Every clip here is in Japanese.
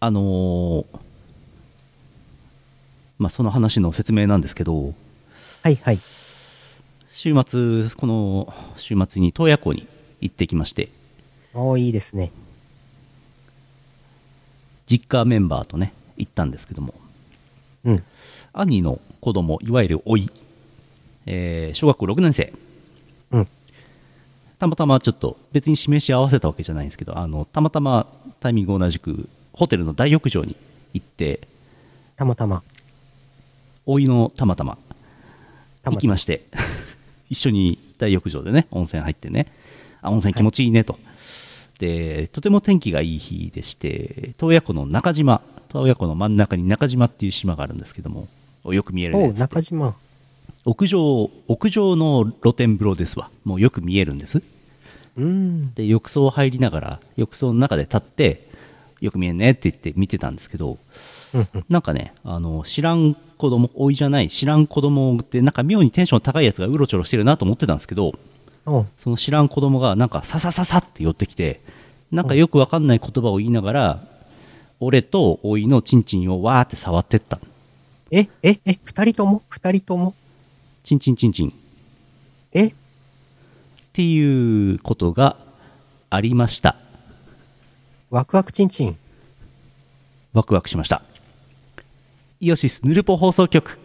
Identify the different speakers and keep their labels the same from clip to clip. Speaker 1: あのーまあ、その話の説明なんですけど、
Speaker 2: はいはい。
Speaker 1: 週末、この週末に洞爺湖に行ってきまして、
Speaker 2: おおいいですね。
Speaker 1: 実家メンバーとね、行ったんですけども、
Speaker 2: うん。
Speaker 1: 兄の子供、いわゆる甥い、えー小学校6年生、
Speaker 2: うん。
Speaker 1: たまたまちょっと、別に示し合わせたわけじゃないんですけど、あのたまたまタイミング同じく、ホテルの大浴場に行って、
Speaker 2: たまたま。
Speaker 1: 甥いのたまたま
Speaker 2: た
Speaker 1: 行
Speaker 2: ま
Speaker 1: き
Speaker 2: たま。
Speaker 1: まして、 一緒に大浴場でね、温泉入ってね、あ温泉気持ちいいねと、で、とても天気がいい日でして、洞爺湖の中島、洞爺湖の真ん中に中島っていう島があるんですけども、およく見える
Speaker 2: お
Speaker 1: ね
Speaker 2: う
Speaker 1: っつって
Speaker 2: 中島。
Speaker 1: 屋上、屋上の露天風呂ですわ、もうよく見えるんです。
Speaker 2: うーん。
Speaker 1: で、浴槽入りながら、浴槽の中で立って、よく見えんねって言って見てたんですけど、
Speaker 2: うんうん。
Speaker 1: なんかね、あの、知らん子供、老いじゃない、知らん子供って、なんか妙にテンション高いやつがうろちょろしてるなと思ってたんですけど、
Speaker 2: おう
Speaker 1: その知らん子供が、なんか、ささささって寄ってきて、なんかよくわかんない言葉を言いながら、俺と老いのチンチンをわーって触ってった。
Speaker 2: え、え、え、二人とも二人とも
Speaker 1: チンチンチンチンっ
Speaker 2: え
Speaker 1: ていうことがありました。
Speaker 2: ワクワクチンチン。
Speaker 1: ワクワクしました。イオシスヌルポ放送局。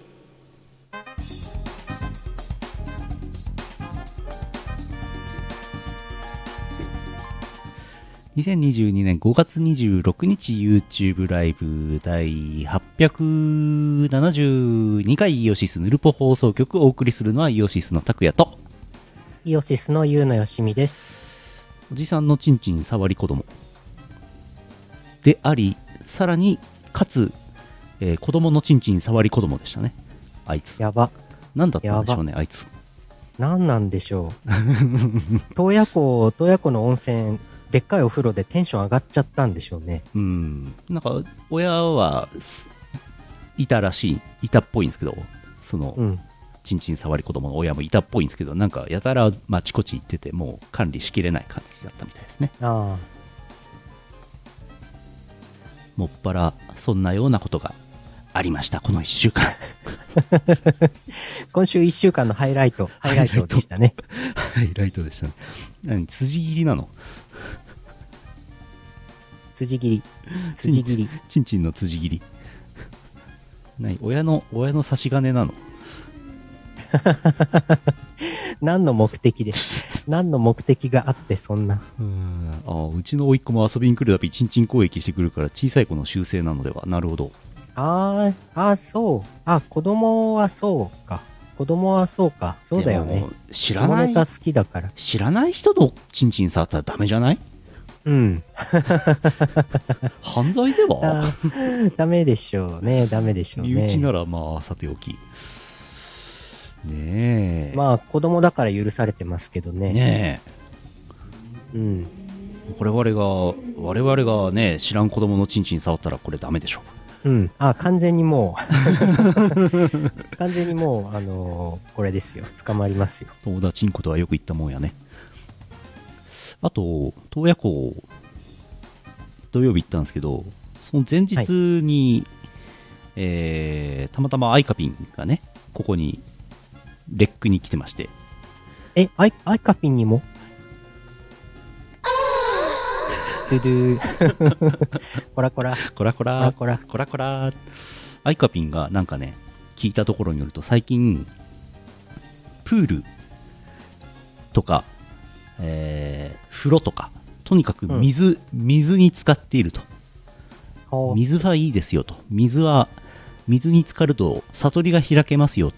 Speaker 1: 2022年5月26日 YouTube ライブ第872回イオシスヌルポ放送局をお送りするのはイオシスの拓也と
Speaker 2: イオシスのゆうのよしみです。
Speaker 1: おじさんのちんちん触り子供でありさらにかつ、えー子供のちんちん触り子供でしたねあいつ
Speaker 2: やば。
Speaker 1: 何だったんでしょうねあいつ
Speaker 2: なんなんでしょ う。洞爺湖、洞爺湖の温泉、でっかいお風呂でテンション上がっちゃったんでしょうね。
Speaker 1: うんなんか親はすいたらしいいたっぽいんですけどその
Speaker 2: うん。
Speaker 1: ちんちん触り子供の親もいたっぽいんですけどなんかやたらまちこち行っててもう管理しきれない感じだったみたいですね
Speaker 2: ああ。
Speaker 1: もっぱらそんなようなことがありましたこの1週間
Speaker 2: 今週一週間のハイライト、ハイライトでしたね。
Speaker 1: はい、ライトでしたね。 何、辻切りなの
Speaker 2: 辻切り。辻切り。
Speaker 1: ちんちんの辻切り。何、親の、親の差し金 なの
Speaker 2: 何の目的で、何の目的があってそんな。
Speaker 1: うーんあーうちの甥っ子も遊びに来るたび、ちんちん攻撃してくるから、小さい子の修正なのでは。なるほど。
Speaker 2: あーあー、そう。あ、子供はそうか。子供はそうか。そうだよ
Speaker 1: で
Speaker 2: ね
Speaker 1: も。。知らな
Speaker 2: 下ネタ
Speaker 1: い、
Speaker 2: 好きだから。
Speaker 1: 知らない人のちんちん触ったらダメじゃない
Speaker 2: うん。
Speaker 1: 犯罪では
Speaker 2: だ ダメでしょうね。ダメでしょう
Speaker 1: 身内
Speaker 2: ね。
Speaker 1: なら、まあ、さておき。ねえ。
Speaker 2: まあ、子供だから許されてますけどね。
Speaker 1: ねえ。
Speaker 2: うん。
Speaker 1: 我々が我々がね知らん子供のチンチン触ったらこれダメでしょ
Speaker 2: うん。あ、完全にもう、 完全にもう、あのーこれですよ。捕まりますよ。
Speaker 1: 友達んことはよく言ったもんやねあと洞爺湖土曜日行ったんですけどその前日に、えーたまたまアイカピンがねここにレックに来てまして
Speaker 2: え、アイアイカピンにもドゥドゥ。 こらこら、
Speaker 1: こらこ
Speaker 2: こら
Speaker 1: ら
Speaker 2: こら。
Speaker 1: こらこらアイカピンがなんかね聞いたところによると最近プールとか、えー風呂とかとにかく水、水に浸かっていると
Speaker 2: ほう
Speaker 1: 水はいいですよと水は水に浸かると悟りが開けますよ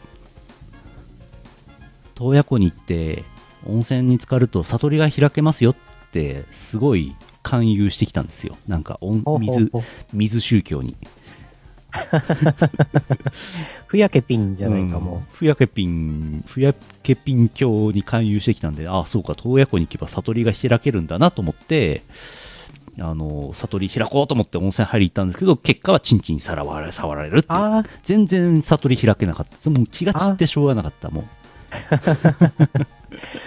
Speaker 1: 洞爺湖に行って温泉に浸かると悟りが開けますよってすごい勧誘してきたんですよなんかおん
Speaker 2: ほうほう
Speaker 1: 水
Speaker 2: ほう
Speaker 1: 水宗教に
Speaker 2: ふやけピンじゃないかも。
Speaker 1: うんふやけピンふやけピン教に勧誘してきたんでああそうか洞爺湖に行けば悟りが開けるんだなと思ってあの悟り開こうと思って温泉入り行ったんですけど結果はチンチンさらわれ触られるっていう
Speaker 2: ああ、
Speaker 1: 全然悟り開けなかったもう気が散ってしょうがなかったもう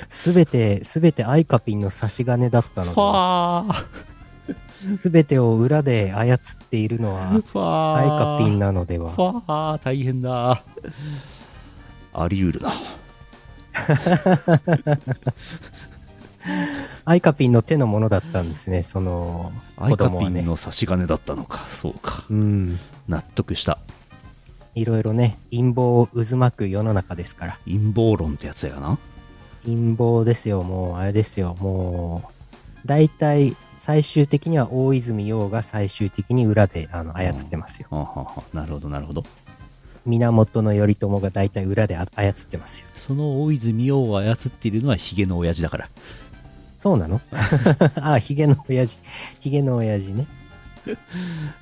Speaker 2: すべて、すべてアイカピンの差し金だったの
Speaker 1: はあ
Speaker 2: すべてを裏で操っているのは、
Speaker 1: ファ
Speaker 2: アイカピン
Speaker 1: ー
Speaker 2: なので
Speaker 1: フ
Speaker 2: は。
Speaker 1: ァー大変だあり得るな
Speaker 2: アイカピンの手のものだったんですね、その、
Speaker 1: アイ
Speaker 2: 子
Speaker 1: カ
Speaker 2: 供
Speaker 1: ピ
Speaker 2: は
Speaker 1: ン
Speaker 2: ね。
Speaker 1: の差し金だったのかそうか
Speaker 2: うん。
Speaker 1: 納得した
Speaker 2: いろいろね、陰謀を渦巻く世の中ですから。
Speaker 1: 陰謀論ってやつやな
Speaker 2: 陰謀ですよ、もう、あれですよ、もう、大体、最終的には大泉洋が最終的に裏であの操ってますよ。
Speaker 1: はんはんはんなるほどなるほど
Speaker 2: 源頼朝が大体裏であ操ってますよ。
Speaker 1: その大泉洋を操っているのはヒゲの親父だから
Speaker 2: そうなの ああ、ヒゲの親父。ヒゲの親父ね。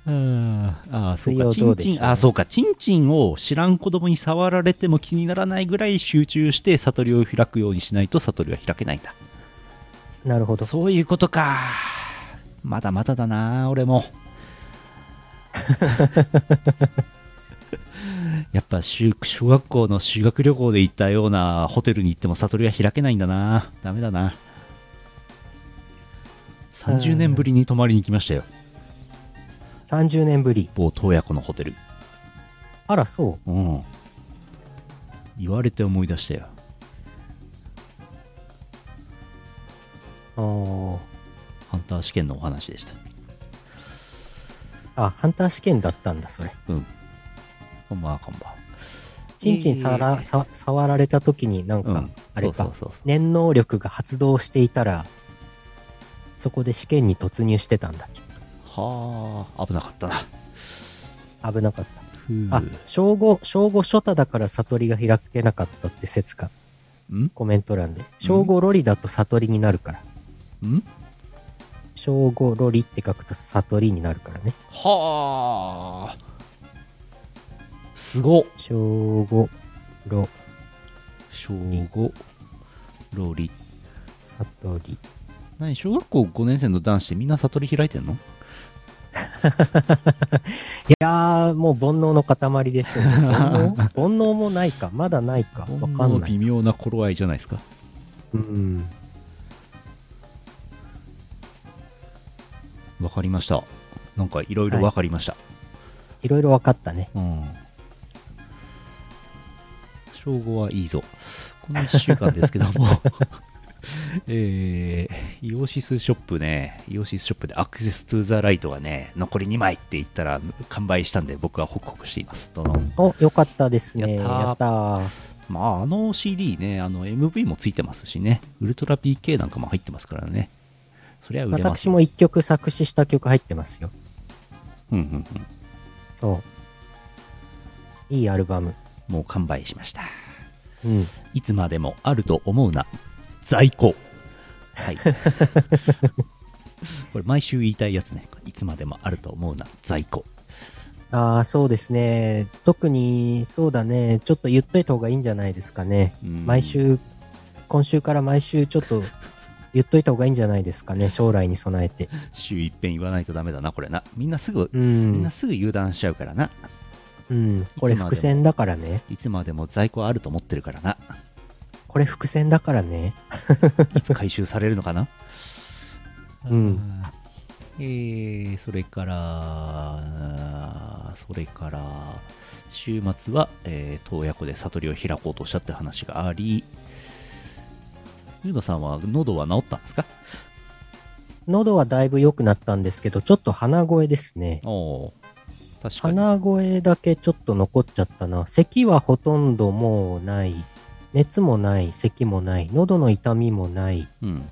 Speaker 1: うんああそう
Speaker 2: 水曜
Speaker 1: かチ
Speaker 2: どう
Speaker 1: ン
Speaker 2: でしょう
Speaker 1: チンああそうかチンチンを知らん子供に触られても気にならないぐらい集中して悟りを開くようにしないと悟りは開けないんだ
Speaker 2: なるほど。
Speaker 1: そういうことかまだまだだな俺も やっぱ修小学校の修学旅行で行ったようなホテルに行っても悟りは開けないんだなダメだな30年ぶりに泊まりに来ましたよ
Speaker 2: 30年ぶり。
Speaker 1: 某洞爺湖のホテル
Speaker 2: あら、そう。
Speaker 1: うん言われて思い出したよ
Speaker 2: おー
Speaker 1: ハンター試験のお話でした
Speaker 2: あ、ハンター試験だったんだ、それ。
Speaker 1: うんこんばんはこんばんは
Speaker 2: ちんちん触ら,、さ触られた時に、なんか、
Speaker 1: うん
Speaker 2: あれか
Speaker 1: そうそうそうそう
Speaker 2: 念能力が発動していたら、そこで試験に突入してたんだ。
Speaker 1: はあ危なかったな
Speaker 2: 危なかっ
Speaker 1: ふう
Speaker 2: た。あ、小5、小5初太だから悟りが開けなかったって説か。
Speaker 1: ん
Speaker 2: コメント欄で。小5ロリだと悟りになるから。
Speaker 1: ん
Speaker 2: 小5ロリって書くと悟りになるからね。
Speaker 1: はあすごっ
Speaker 2: 小5ロ
Speaker 1: 小5ロリ
Speaker 2: 悟り。
Speaker 1: 何小学校5年生の男子ってみんな悟り開いてんの
Speaker 2: いやー、もう煩悩の塊でしょう ね。煩悩煩悩もないか。まだないか。わかん
Speaker 1: の
Speaker 2: ない。
Speaker 1: 微妙な頃合いじゃないですか
Speaker 2: うん。
Speaker 1: わかりましたなんかいろいろ
Speaker 2: はい
Speaker 1: わかりました、
Speaker 2: いろいろ分かったね。
Speaker 1: うん小5はいいぞこの1週間ですけども えー、イオシスショップね、イオシスショップでアクセストゥーザライトがね、残り2枚って言ったら完売したんで、僕はホクホクしています。どの
Speaker 2: お、よかったですね。
Speaker 1: やったー
Speaker 2: やったー。
Speaker 1: まあ、あの CD ね、あの MV もついてますしね、ウルトラ PK なんかも入ってますからね。そりゃ売れます
Speaker 2: 私
Speaker 1: よ。
Speaker 2: も一曲作詞した曲入ってますよ。
Speaker 1: うんうんうん。
Speaker 2: そう。いいアルバム。
Speaker 1: もう完売しました。
Speaker 2: うん。
Speaker 1: いつまでもあると思うな、在庫。 はい。これ、毎週言いたいやつね。いつまでもあると思うな、在庫。
Speaker 2: ああ、そうですね。特に、そうだね。ちょっと言っといた方がいいんじゃないですかね。
Speaker 1: うん
Speaker 2: 毎。週、今週から毎週ちょっと言っといた方がいいんじゃないですかね。将来に備えて。
Speaker 1: 週一遍言わないとダメだな、これな。みんなすぐ、
Speaker 2: うん
Speaker 1: みんなすぐ油断しちゃうからな。
Speaker 2: うん。これ
Speaker 1: いつまでも
Speaker 2: 伏線だからね。
Speaker 1: いつまでも在庫あると思ってるからな。
Speaker 2: これ伏線だからね。
Speaker 1: いつ 回収されるのかな
Speaker 2: うん
Speaker 1: あーえーそれからあーそれから週末は、えー、洞爺湖で悟りを開こうとしたって話がありゆうのさんは喉は治ったんですか
Speaker 2: 喉はだいぶ良くなったんですけど、ちょっと鼻声ですね。
Speaker 1: おおー確かに
Speaker 2: 鼻声だけちょっと残っちゃったな。咳はほとんどもうない。熱もない、咳もない、喉の痛みもない。
Speaker 1: うん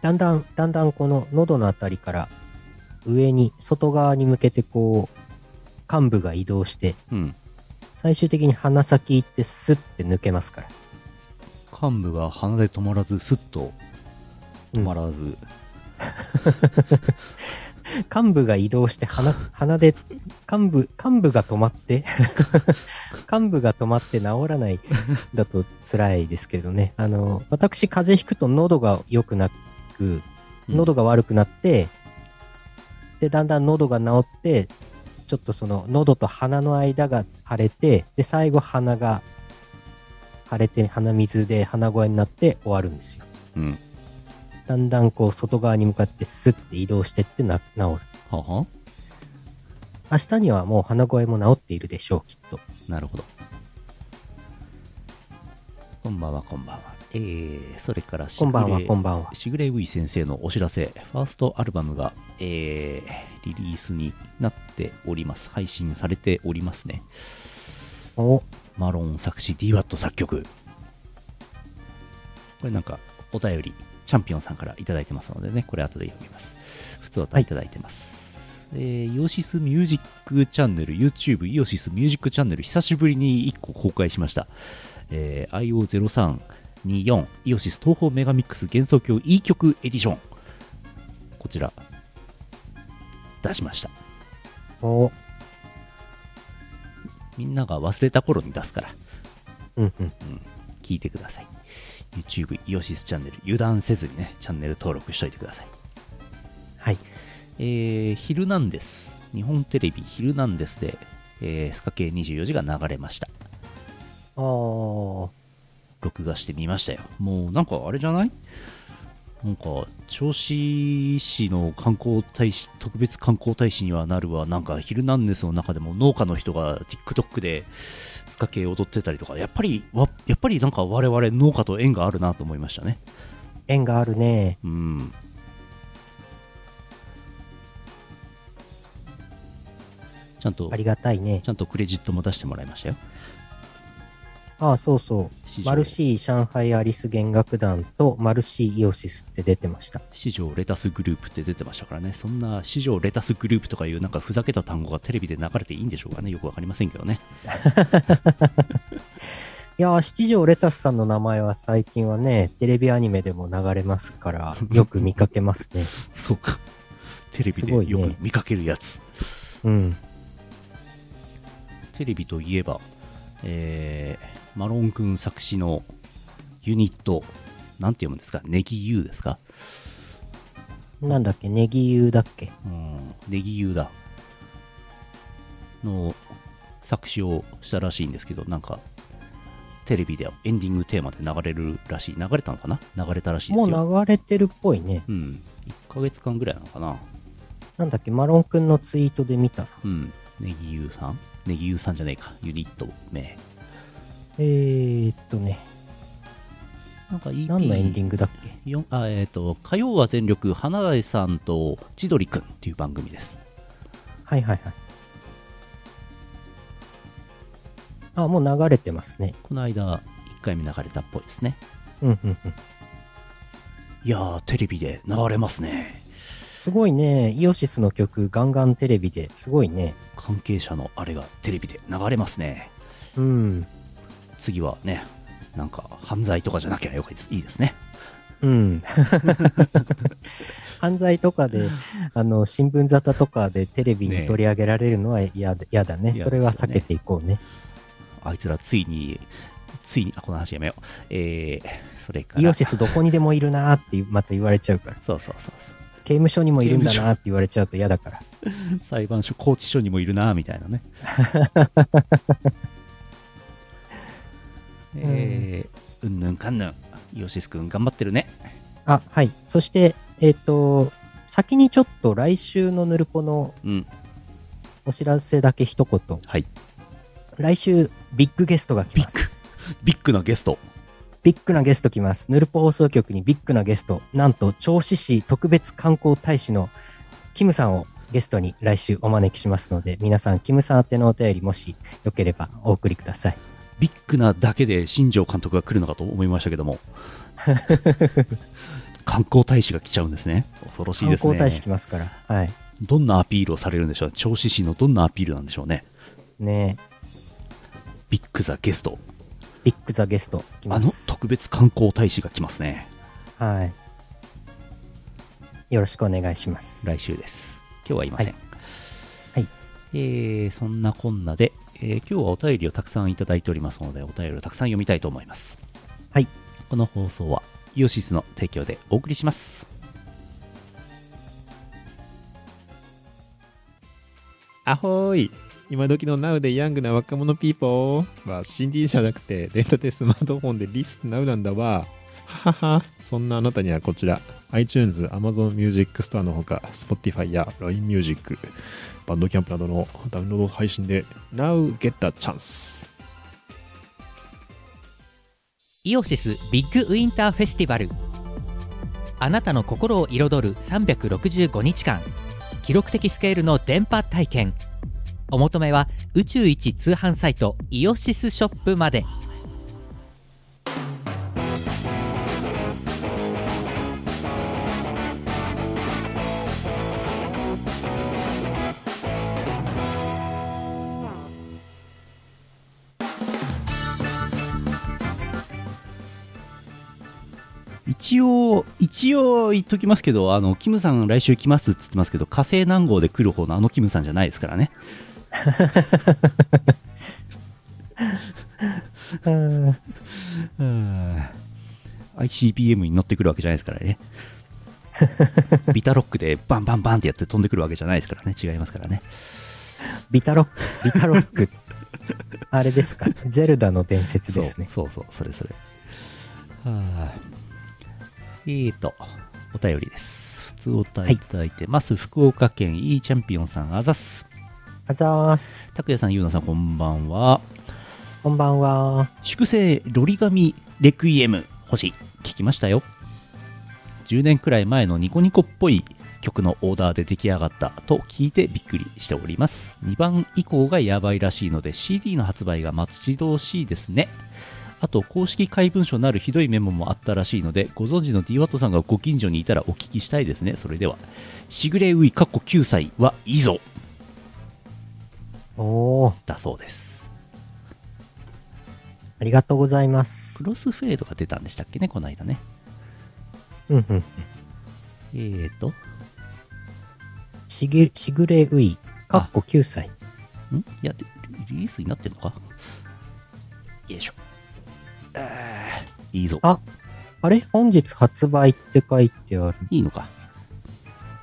Speaker 2: だんだん、だんだんこの喉のあたりから上に、外側に向けてこう、幹部が移動して、
Speaker 1: うん
Speaker 2: 最終的に鼻先行ってスッて抜けますから。
Speaker 1: 患部が鼻で止まらずスッと止まらず、
Speaker 2: 幹部が移動して鼻、 鼻で、幹部、幹部が止ま って、幹部が止まって治らないだと辛いですけどね。あの、私、風邪ひくと喉が良くなく、
Speaker 1: うん
Speaker 2: 喉が悪くなって、で、だんだん喉が治って、ちょっとその喉と鼻の間が腫れて、で、最後鼻が腫れて、鼻水で鼻声になって終わるんですよ。
Speaker 1: うん
Speaker 2: だんだんこう外側に向かってスッて移動してってな治る。
Speaker 1: はは
Speaker 2: 明日にはもう鼻声も治っているでしょう、きっと。
Speaker 1: なるほど。こんばんは、こんばんは。えー、それからし
Speaker 2: こんばんは、
Speaker 1: ぐれ
Speaker 2: こんばんは。
Speaker 1: しぐれウイ先生のお知らせ、ファーストアルバムが、えー、リリースになっております。配信されておりますね。
Speaker 2: お、
Speaker 1: マロン作詞 DWAT 作曲。これなんかお便り、チャンピオンさんからいただいてますのでね、これ後で読みます。普通お便りいただいてます。えーイオシスミュージックチャンネル、YouTube イオシスミュージックチャンネル、久しぶりに1個公開しました。えー IO0324 イオシス東方メガミックス幻想郷 E 曲エディション。こちら、出しました。
Speaker 2: お、
Speaker 1: みんなが忘れた頃に出すから。
Speaker 2: うんうん。
Speaker 1: 聞いてください。YouTube イオシスチャンネル、油断せずにね、チャンネル登録しといてください。
Speaker 2: はい。
Speaker 1: えー、ヒルナンデス、日本テレビヒルナンデスで、えースカ系24時が流れました。
Speaker 2: あー、
Speaker 1: 録画してみましたよ。もうなんかあれじゃないなんか、銚子市の観光大使、特別観光大使にはなるわ、なんか、ヒルナンデスの中でも農家の人が TikTok でスカ系踊ってたりとか、やっぱり、わやっぱりなんか我々農家と縁があるなと思いましたね。
Speaker 2: 縁があるね。
Speaker 1: うん。ちゃんと
Speaker 2: あ、りがたいね
Speaker 1: ち。ゃんとクレジットも出してもらいましたよ。
Speaker 2: ああ、そうそう。
Speaker 1: 市場
Speaker 2: マルシー上海アリス弦楽団とマルシーイオシスって出てました。
Speaker 1: 市場レタスグループって出てましたからね、そんな市場レタスグループとかいうなんかふざけた単語がテレビで流れていいんでしょうかね、よくわかりませんけど ね。
Speaker 2: いやー、七条レタスさんの名前は最近はね、テレビアニメでも流れますから、よく見かけますね。
Speaker 1: そうか。テレビ
Speaker 2: す
Speaker 1: で
Speaker 2: ごいね
Speaker 1: よく見かけるやつ。
Speaker 2: うん。
Speaker 1: テレビといえば、えーマロン君作詞のユニット、なんて読むんですか、ネギ U ですか
Speaker 2: なんだっけ、ネギユだっけ。
Speaker 1: うん、ネギユだの作詞をしたらしいんですけどなんかテレビでエンディングテーマで流れるらしい流れたのかな流れたらしいで
Speaker 2: も
Speaker 1: すよ
Speaker 2: う流れてるっぽいね。
Speaker 1: うん、1ヶ月間ぐらいなのかな
Speaker 2: なんだっけ、マロンくんのツイートで見た。
Speaker 1: うんネギユさんネギユさんじゃねえかユニット名
Speaker 2: えーっとね、
Speaker 1: なんか EP
Speaker 2: 何のエンディングだっけ。
Speaker 1: よんあえー、と火曜は全力花大さんと千鳥くんっていう番組です
Speaker 2: はいはいはい。あ、もう流れてますね。
Speaker 1: この間1回目流れたっぽいですね
Speaker 2: うんうんうん。
Speaker 1: いやーテレビで流れますね
Speaker 2: すごいね、イオシスの曲、ガンガンテレビですごいね。
Speaker 1: 関係者のあれがテレビで流れますね
Speaker 2: うん。
Speaker 1: 次はねなんか犯罪とかじゃなきゃよかいですいいですね
Speaker 2: うん。 犯罪とかで、あの、新聞沙汰とかでテレビ
Speaker 1: ねえ
Speaker 2: に取り上げられるのは嫌だ嫌だね。
Speaker 1: 嫌ですよね
Speaker 2: それは避けていこうね。
Speaker 1: あいつらついについにあこの話やめようえー、それから
Speaker 2: イオシスどこにでもいるなーって また言われちゃうから。
Speaker 1: そうそうそうそう
Speaker 2: 刑務所にもいるんだなーって言われちゃうと嫌だから。
Speaker 1: 裁判所拘置所にもいるなみたいな ねえー、うんぬんかんぬんイオシスくん頑張ってるね
Speaker 2: あ、はい。そして、えっ、と、先にちょっと来週のヌルポの
Speaker 1: うん
Speaker 2: お知らせだけ一言。
Speaker 1: はい
Speaker 2: 来週、ビッグゲストが来ます。
Speaker 1: ビッグなゲスト
Speaker 2: ビッグなゲスト来ます。ヌルポ放送局にビッグなゲスト、なんと銚子市特別観光大使のキムさんをゲストに来週お招きしますので、皆さん、キムさん宛てのお便り、もしよければお送りください。
Speaker 1: ビッグなだけで新庄監督が来るのかと思いましたけ ども観光大使が来ちゃうんですね恐ろしい
Speaker 2: 観
Speaker 1: ですね
Speaker 2: 光大使来ますから。はい。
Speaker 1: どんなアピールをされるんでしょう銚子市のどんなアピールなんでしょうね
Speaker 2: ねえ
Speaker 1: ビッグザゲスト
Speaker 2: ビッグザゲスト来
Speaker 1: あ
Speaker 2: ま
Speaker 1: の
Speaker 2: す。
Speaker 1: 特別観光大使が来ますね
Speaker 2: はい。よろしくお願いします。
Speaker 1: 来週です今日はいません
Speaker 2: はいはい
Speaker 1: えーそんなこんなで、えー今日はお便りをたくさんいただいておりますのでお便りをたくさん読みたいと思います
Speaker 2: はい
Speaker 1: この放送はイオシスの提供でお送りします
Speaker 3: アホーい今時の Now でヤングな若者ピーポーは CD じゃなくてデータでスマートフォンでリスナウなんだわはははそんなあなたにはこちら iTunes、Amazon Music Store のほか、Spotify や LINE Music、バンドキャンプなどのダウンロード配信で Now Get a Chance!
Speaker 4: イオシスビッグウィンターフェスティバルあなたの心を彩る365日間記録的スケールの電波体験お求めは宇宙一通販サイトイオシスショップまで
Speaker 1: 一応、一応言っときますけど、あの、キムさん来週来ますっつってますけど、火星南号で来る方のあのキムさんじゃないですからね。
Speaker 2: うん。
Speaker 1: ICBM に乗ってくるわけじゃないですから ね。ビタロックでバンバンバンってやって飛んでくるわけじゃないですからね。違いますからね。
Speaker 2: ビタロック、ビタロック。 あれですか。ゼルダの伝説ですね。
Speaker 1: そうそうそう、それそれ。はい。えーと、お便りです。普通お便りいただいてます。福岡県 E チャンピオンさん、あざっす。
Speaker 2: あざーす。
Speaker 1: 拓也さん、ゆうなさん、こんばんは。
Speaker 2: こんばんは。
Speaker 1: 粛清ロリガミレクイエム星聞きましたよ10年くらい前のニコニコっぽい曲のオーダーで出来上がったと聞いてびっくりしております2番以降がやばいらしいので CD の発売が待ち遠しいですねあと公式怪文書なるひどいメモもあったらしいのでご存知の DWAT さんがご近所にいたらお聞きしたいですねそれではしぐれういかっこ9歳はいいぞ
Speaker 2: おー、
Speaker 1: だそうです
Speaker 2: ありがとうございます。
Speaker 1: クロスフェードが出たんでしたっけねこの間ね
Speaker 2: うんうん。
Speaker 1: えーと
Speaker 2: しげ、しぐれうい、かっこ9歳。
Speaker 1: んいや、でリリースになってんのかよいしょ。あーいいぞ。
Speaker 2: ああれ本日発売って書いてある。
Speaker 1: いいのか。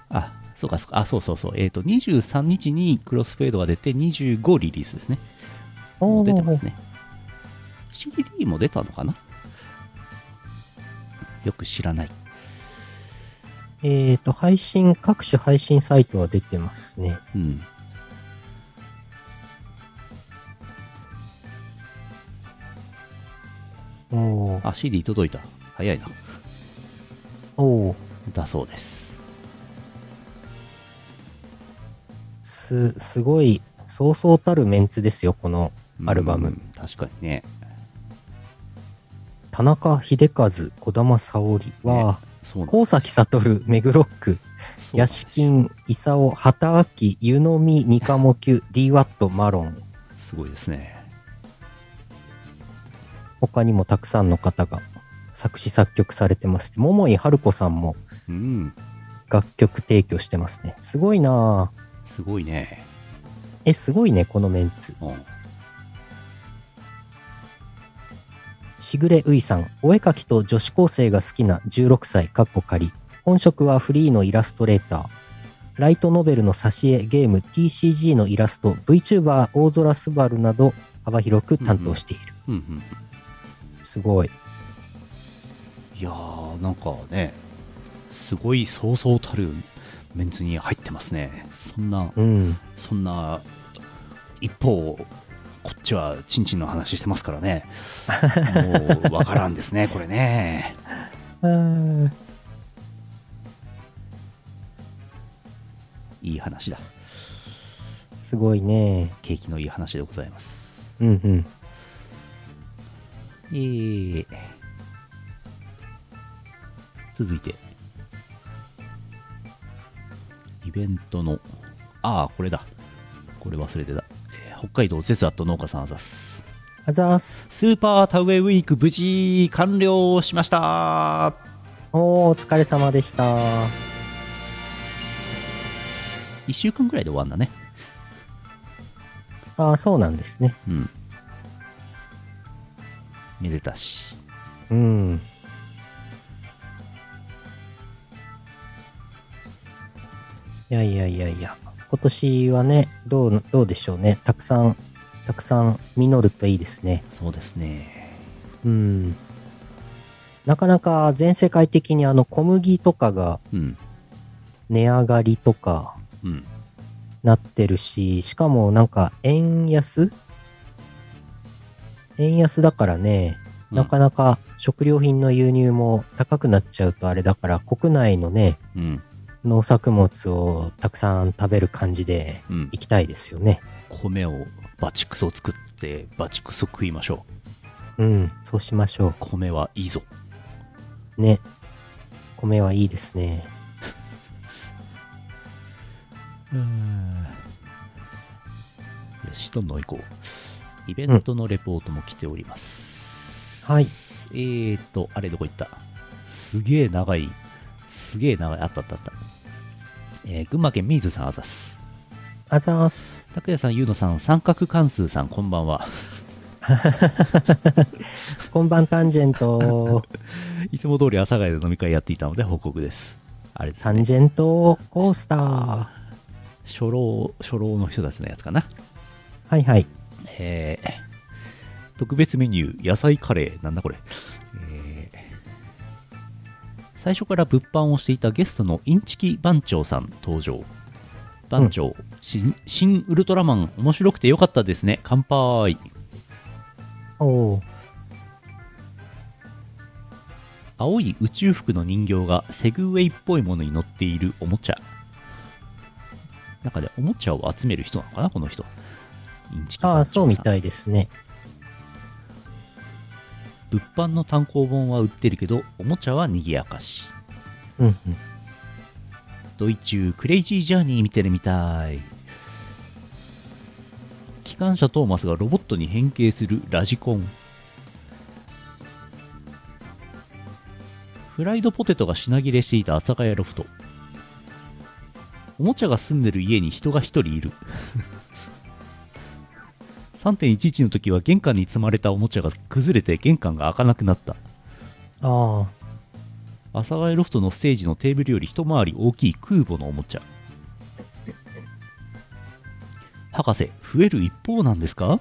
Speaker 1: あ、そうか、そうか。あ、そうそうそう。えっ、と、23日にクロスフェードが出て、25リリースですね。もう出てますね。CD も出たのかなよく知らない。
Speaker 2: えっ、と、配信、各種配信サイトは出てますね。
Speaker 1: うん。
Speaker 2: おお
Speaker 1: あ、CD 届いた。早いな。
Speaker 2: おー
Speaker 1: だそうです。
Speaker 2: す、すごい、そうそうたるメンツですよ、この、アルバム
Speaker 1: うん。確かにね。
Speaker 2: 田中秀和、児玉沙織は、
Speaker 1: そうなん
Speaker 2: 高崎悟、目黒区、
Speaker 1: そうな
Speaker 2: 屋
Speaker 1: んです
Speaker 2: 敷金、伊佐尾、畑明、湯飲み、二カモ級、DWAT、マロン。
Speaker 1: すごいですね。
Speaker 2: 他にもたくさんの方が作詞作曲されてます。桃井春子さんも
Speaker 1: うん。
Speaker 2: 楽曲提供してますね。すごいなぁ。
Speaker 1: すごいね。
Speaker 2: え、すごいね、このメンツ。
Speaker 1: うん。
Speaker 2: しぐれういさん、お絵描きと女子高生が好きな16歳、かっこ仮。本職はフリーのイラストレーター。ライトノベルの挿絵、ゲーム、TCG のイラスト、VTuber、大空すばるなど幅広く担当している。
Speaker 1: うんうん。
Speaker 2: すごい。
Speaker 1: いやーなんかねすごいそうそうたるメンツに入ってますねそんな
Speaker 2: うん。
Speaker 1: そんな一方こっちはチンチンの話してますからねもうわからんですねこれね
Speaker 2: うん
Speaker 1: いい話だ
Speaker 2: すごいね。
Speaker 1: 景気のいい話でございます
Speaker 2: うんうん。
Speaker 1: えー続いてイベントのああこれだこれ忘れてた、えー北海道ゼザット農家さんあざっす
Speaker 2: あざーす。
Speaker 1: スーパー田植えウィーク無事完了しました
Speaker 2: おー、お疲れ様でした。
Speaker 1: 1週間くらいで終わんだね
Speaker 2: ああ、そうなんですね。
Speaker 1: うんめでたし
Speaker 2: うん。いやいやいやいや、今年はね、どう、どうでしょうね。たくさん、たくさん実るといいですね。
Speaker 1: そうですね
Speaker 2: うん。なかなか全世界的にあの小麦とかが
Speaker 1: うん。
Speaker 2: 値上がりとか
Speaker 1: うん。
Speaker 2: なってるし、しかもなんか円安円安だからね、
Speaker 1: うん
Speaker 2: なかなか食料品の輸入も高くなっちゃうとあれだから、国内のね、
Speaker 1: うん。
Speaker 2: 農作物をたくさん食べる感じで
Speaker 1: うん
Speaker 2: い。きたいですよね。
Speaker 1: 米をバチクソ作って、バチクソ食いましょう。
Speaker 2: うん、そうしましょ
Speaker 1: 米はいいぞ。
Speaker 2: う。ね。米はいいですね。
Speaker 1: よし、どんどん行こう。イベントのレポートも来ております。
Speaker 2: はい。
Speaker 1: えーと、あれどこ行ったすげえ長い、すげえ長い、あったあったあった。えー群馬県水さんあざす。
Speaker 2: あざーす。
Speaker 1: 拓也さん、ゆうのさん、三角関数さん、こんばんは。
Speaker 2: こんばんタンジェ ント。
Speaker 1: いつも通り阿佐ヶ谷で飲み会やっていたので報告です。あれです
Speaker 2: タン
Speaker 1: ね。
Speaker 2: ジェントコースター。
Speaker 1: 初老、初老の人たちのやつかな。
Speaker 2: はいはい。
Speaker 1: えー特別メニュー、野菜カレー、なんだこれ。えー最初から物販をしていたゲストのインチキ番長さん登場。番長、新新ウルトラマン、面白くてよかったですね。乾杯。
Speaker 2: おお。
Speaker 1: 青い宇宙服の人形がセグウェイっぽいものに乗っているおもちゃ。なんかね、おもちゃを集める人なのかな、この人。インチキ番長さ
Speaker 2: あ
Speaker 1: ん
Speaker 2: あ、そうみたいですね。
Speaker 1: 物販の単行本は売ってるけど、おもちゃは賑やかし。
Speaker 2: うんうん。
Speaker 1: ドイチュークレイジージャーニー見てるみたい機関車トーマスがロボットに変形するラジコンフライドポテトが品切れしていた阿佐ヶ谷ロフトおもちゃが住んでる家に人が1人いる 3.11の時は玄関に積まれたおもちゃが崩れて玄関が開かなくなった
Speaker 2: あ
Speaker 1: 阿佐ヶ谷ロフトのステージのテーブルより一回り大きい空母のおもちゃ博士増える一方なんですか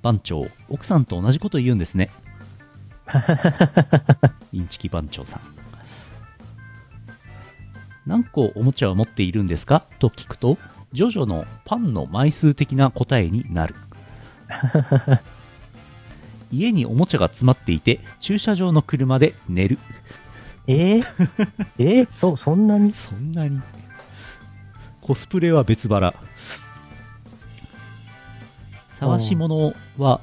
Speaker 1: 番長奥さんと同じこと言うんですねインチキ番長さん何個おもちゃを持っているんですかと聞くとジョジョのパンの枚数的な答えになる家におもちゃが詰まっていて駐車場の車で寝る
Speaker 2: あ。えー、 えー、そう、そんなに
Speaker 1: そんなにコスプレは別腹探し物は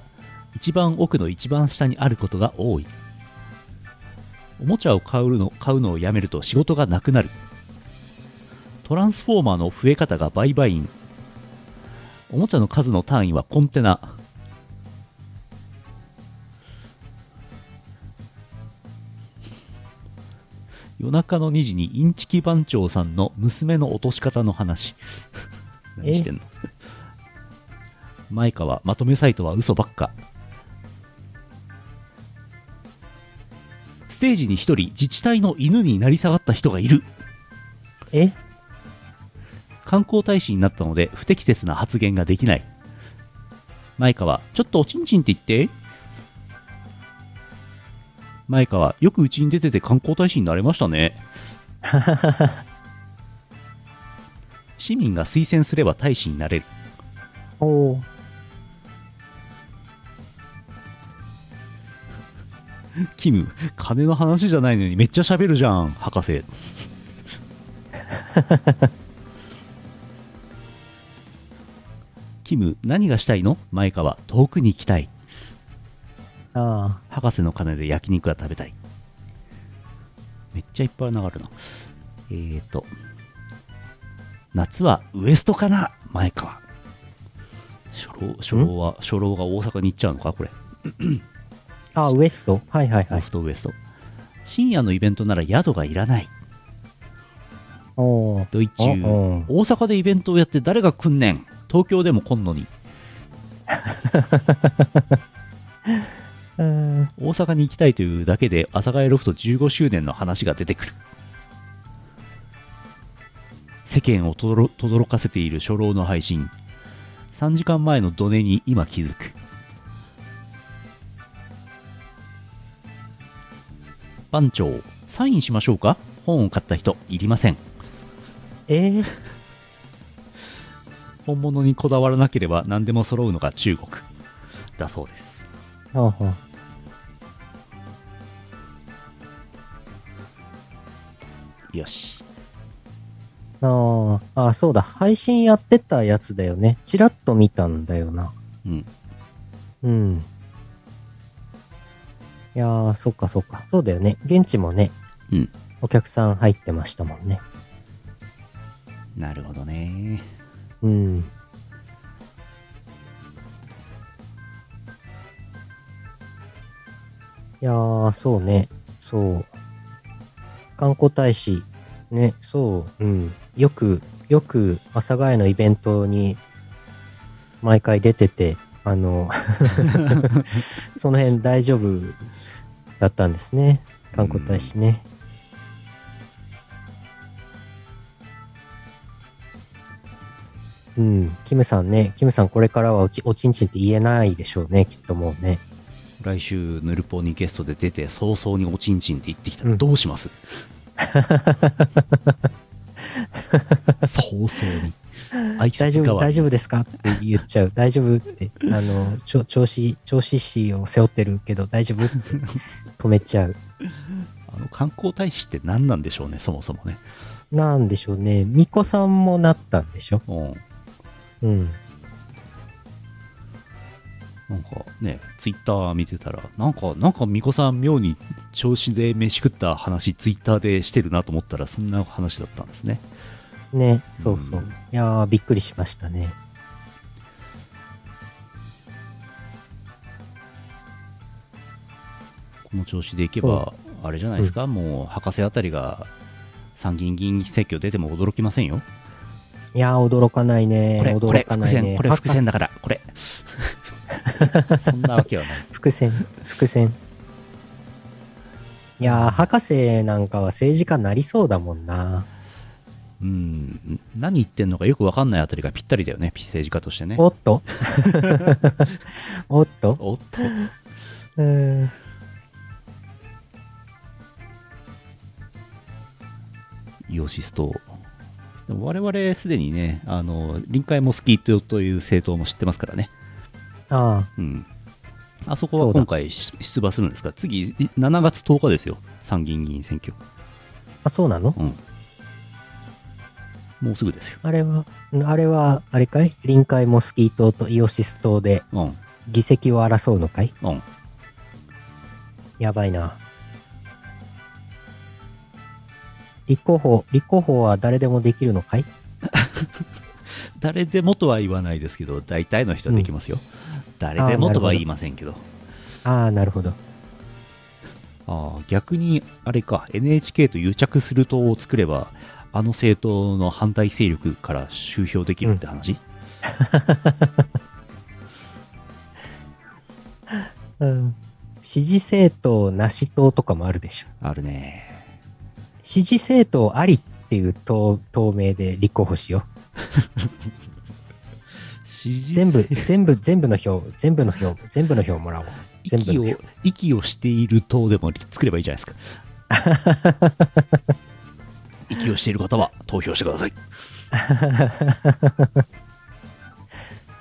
Speaker 1: 一番奥の一番下にあることが多いおもちゃを買うの買うのをやめると仕事がなくなるトランスフォーマーの増え方が売買員おもちゃの数の単位はコンテナ夜中の2時にインチキ番長さんの娘の落とし方の話何してんの前川まとめサイトは嘘ばっかステージに1人自治体の犬になり下がった人がいる
Speaker 2: え
Speaker 1: 観光大使になったので不適切な発言ができない前川ちょっとおちんちんって言って前川よくうちに出てて観光大使になれましたね市民が推薦すれば大使になれる
Speaker 2: おお。
Speaker 1: キム金の話じゃないのにめっちゃ喋るじゃん博士キム何がしたいの前川遠くに行きたい
Speaker 2: あ
Speaker 1: 博士の金で焼肉が食べたいめっちゃいっぱい流れるなえーと夏はウエストかな前川初老初老は初老が大阪に行っちゃうのかこれ
Speaker 2: あ。ああ、ウエストはいはいは
Speaker 1: ロ
Speaker 2: い
Speaker 1: フ。トウエスト深夜のイベントなら宿がいらない
Speaker 2: おお。
Speaker 1: ドイチュー
Speaker 2: おお
Speaker 1: 大阪でイベントをやって誰が来んねん東京でも来んのに
Speaker 2: うーん。
Speaker 1: 大阪に行きたいというだけで阿佐ヶ谷ロフト15周年の話が出てくる世間をとどろとどろかせている初老の配信3時間前のドネに今気づく番長サインしましょうか本を買った人いりません
Speaker 2: えー、
Speaker 1: 本物にこだわらなければ何でも揃うのが中国だそうです
Speaker 2: ほうほう
Speaker 1: よし
Speaker 2: あーあー、そうだ。配信やってたやつだよね。ちらっと見たんだよな。
Speaker 1: うん
Speaker 2: うん。いやー、そっかそっか。そうだよね。現地もね、
Speaker 1: うん
Speaker 2: お客さん入ってましたもんね。
Speaker 1: なるほどね
Speaker 2: うん。いやー、そうね。そう。観光大使、ね、そう、うん。よく、よく、阿佐ヶ谷のイベントに、毎回出てて、あの、その辺大丈夫だったんですね。観光大使ね。うん。キムさんね、キムさんこれからはおちおちんちんって言えないでしょうね、きっともうね。
Speaker 1: 来週ヌルポにゲストで出て早々におちんちんって言ってきた
Speaker 2: う
Speaker 1: ら
Speaker 2: ん
Speaker 1: どうします 早々に挨
Speaker 2: 大丈
Speaker 1: 拶代
Speaker 2: 夫、
Speaker 1: わ
Speaker 2: 大
Speaker 1: り
Speaker 2: 丈夫ですかって言っちゃう。大丈夫って。あの、ちょ調子、調子師を背負ってるけど大丈夫って止めちゃう。
Speaker 1: あの観光大使って何なんでしょうねそもそもね
Speaker 2: なんでしょうね。巫女さんもなったんでしょ
Speaker 1: うん
Speaker 2: うん。
Speaker 1: なんかね、ツイッター見てたら、なんか、なんか、巫女さん、妙に調子で飯食った話、ツイッターでしてるなと思ったら、そんな話だったんですね。
Speaker 2: ね、そうそう。
Speaker 1: うん
Speaker 2: いやー、びっくりしましたね。
Speaker 1: この調子でいけば、あれじゃないですか、もう、博士あたりが参議院議員選挙出ても驚きませんよ。
Speaker 2: いやー、驚かないね。
Speaker 1: これ、こ
Speaker 2: 驚
Speaker 1: れ、
Speaker 2: か
Speaker 1: 伏
Speaker 2: ない
Speaker 1: 線、
Speaker 2: ね。
Speaker 1: これ、伏線だから、 これ。そんなわけはない。
Speaker 2: 伏線、伏線。いやー、博士なんかは政治家なりそうだもんな。
Speaker 1: うん、何言ってんのかよくわかんないあたりがぴったりだよね、政治家としてね。
Speaker 2: おっ とおっと
Speaker 1: おっと。
Speaker 2: うーん。
Speaker 1: イオシスと、でも我々すでにね、あの臨海モスキートという政党も知ってますからね、
Speaker 2: あ
Speaker 1: うん、あそこ
Speaker 2: そ
Speaker 1: は
Speaker 2: うだ
Speaker 1: 今回し出馬するんですか、次、い7月10日ですよ、参議院議員選挙、
Speaker 2: あ、あ、そうなの
Speaker 1: うん、もうすぐですよ、
Speaker 2: あれは、んあれは、あれかい臨海モスキー島とイオシス島で
Speaker 1: うん、
Speaker 2: 議席を争うのかい
Speaker 1: うん、
Speaker 2: やばいな。立候補、立候補は誰でもできるのかい
Speaker 1: 誰でもとは言わないですけど、大体の人はできますよ、誰でもとは言いませんけど、
Speaker 2: ああ、なるほど。
Speaker 1: ああ逆にあれか NHK と癒着する党を作ればあの政党の反対勢力から集票できるって話、
Speaker 2: うん。支持政党なし党とかもあるでしょ。
Speaker 1: あるね
Speaker 2: 支持政党ありっていう党、党名で立候補しよう。全部、全部、全部の票、全部の票、全部の票もらおう。全部
Speaker 1: 息
Speaker 2: の
Speaker 1: を
Speaker 2: 票。
Speaker 1: 息をしている党でも作ればいいじゃないですか 息をしている方は投票してください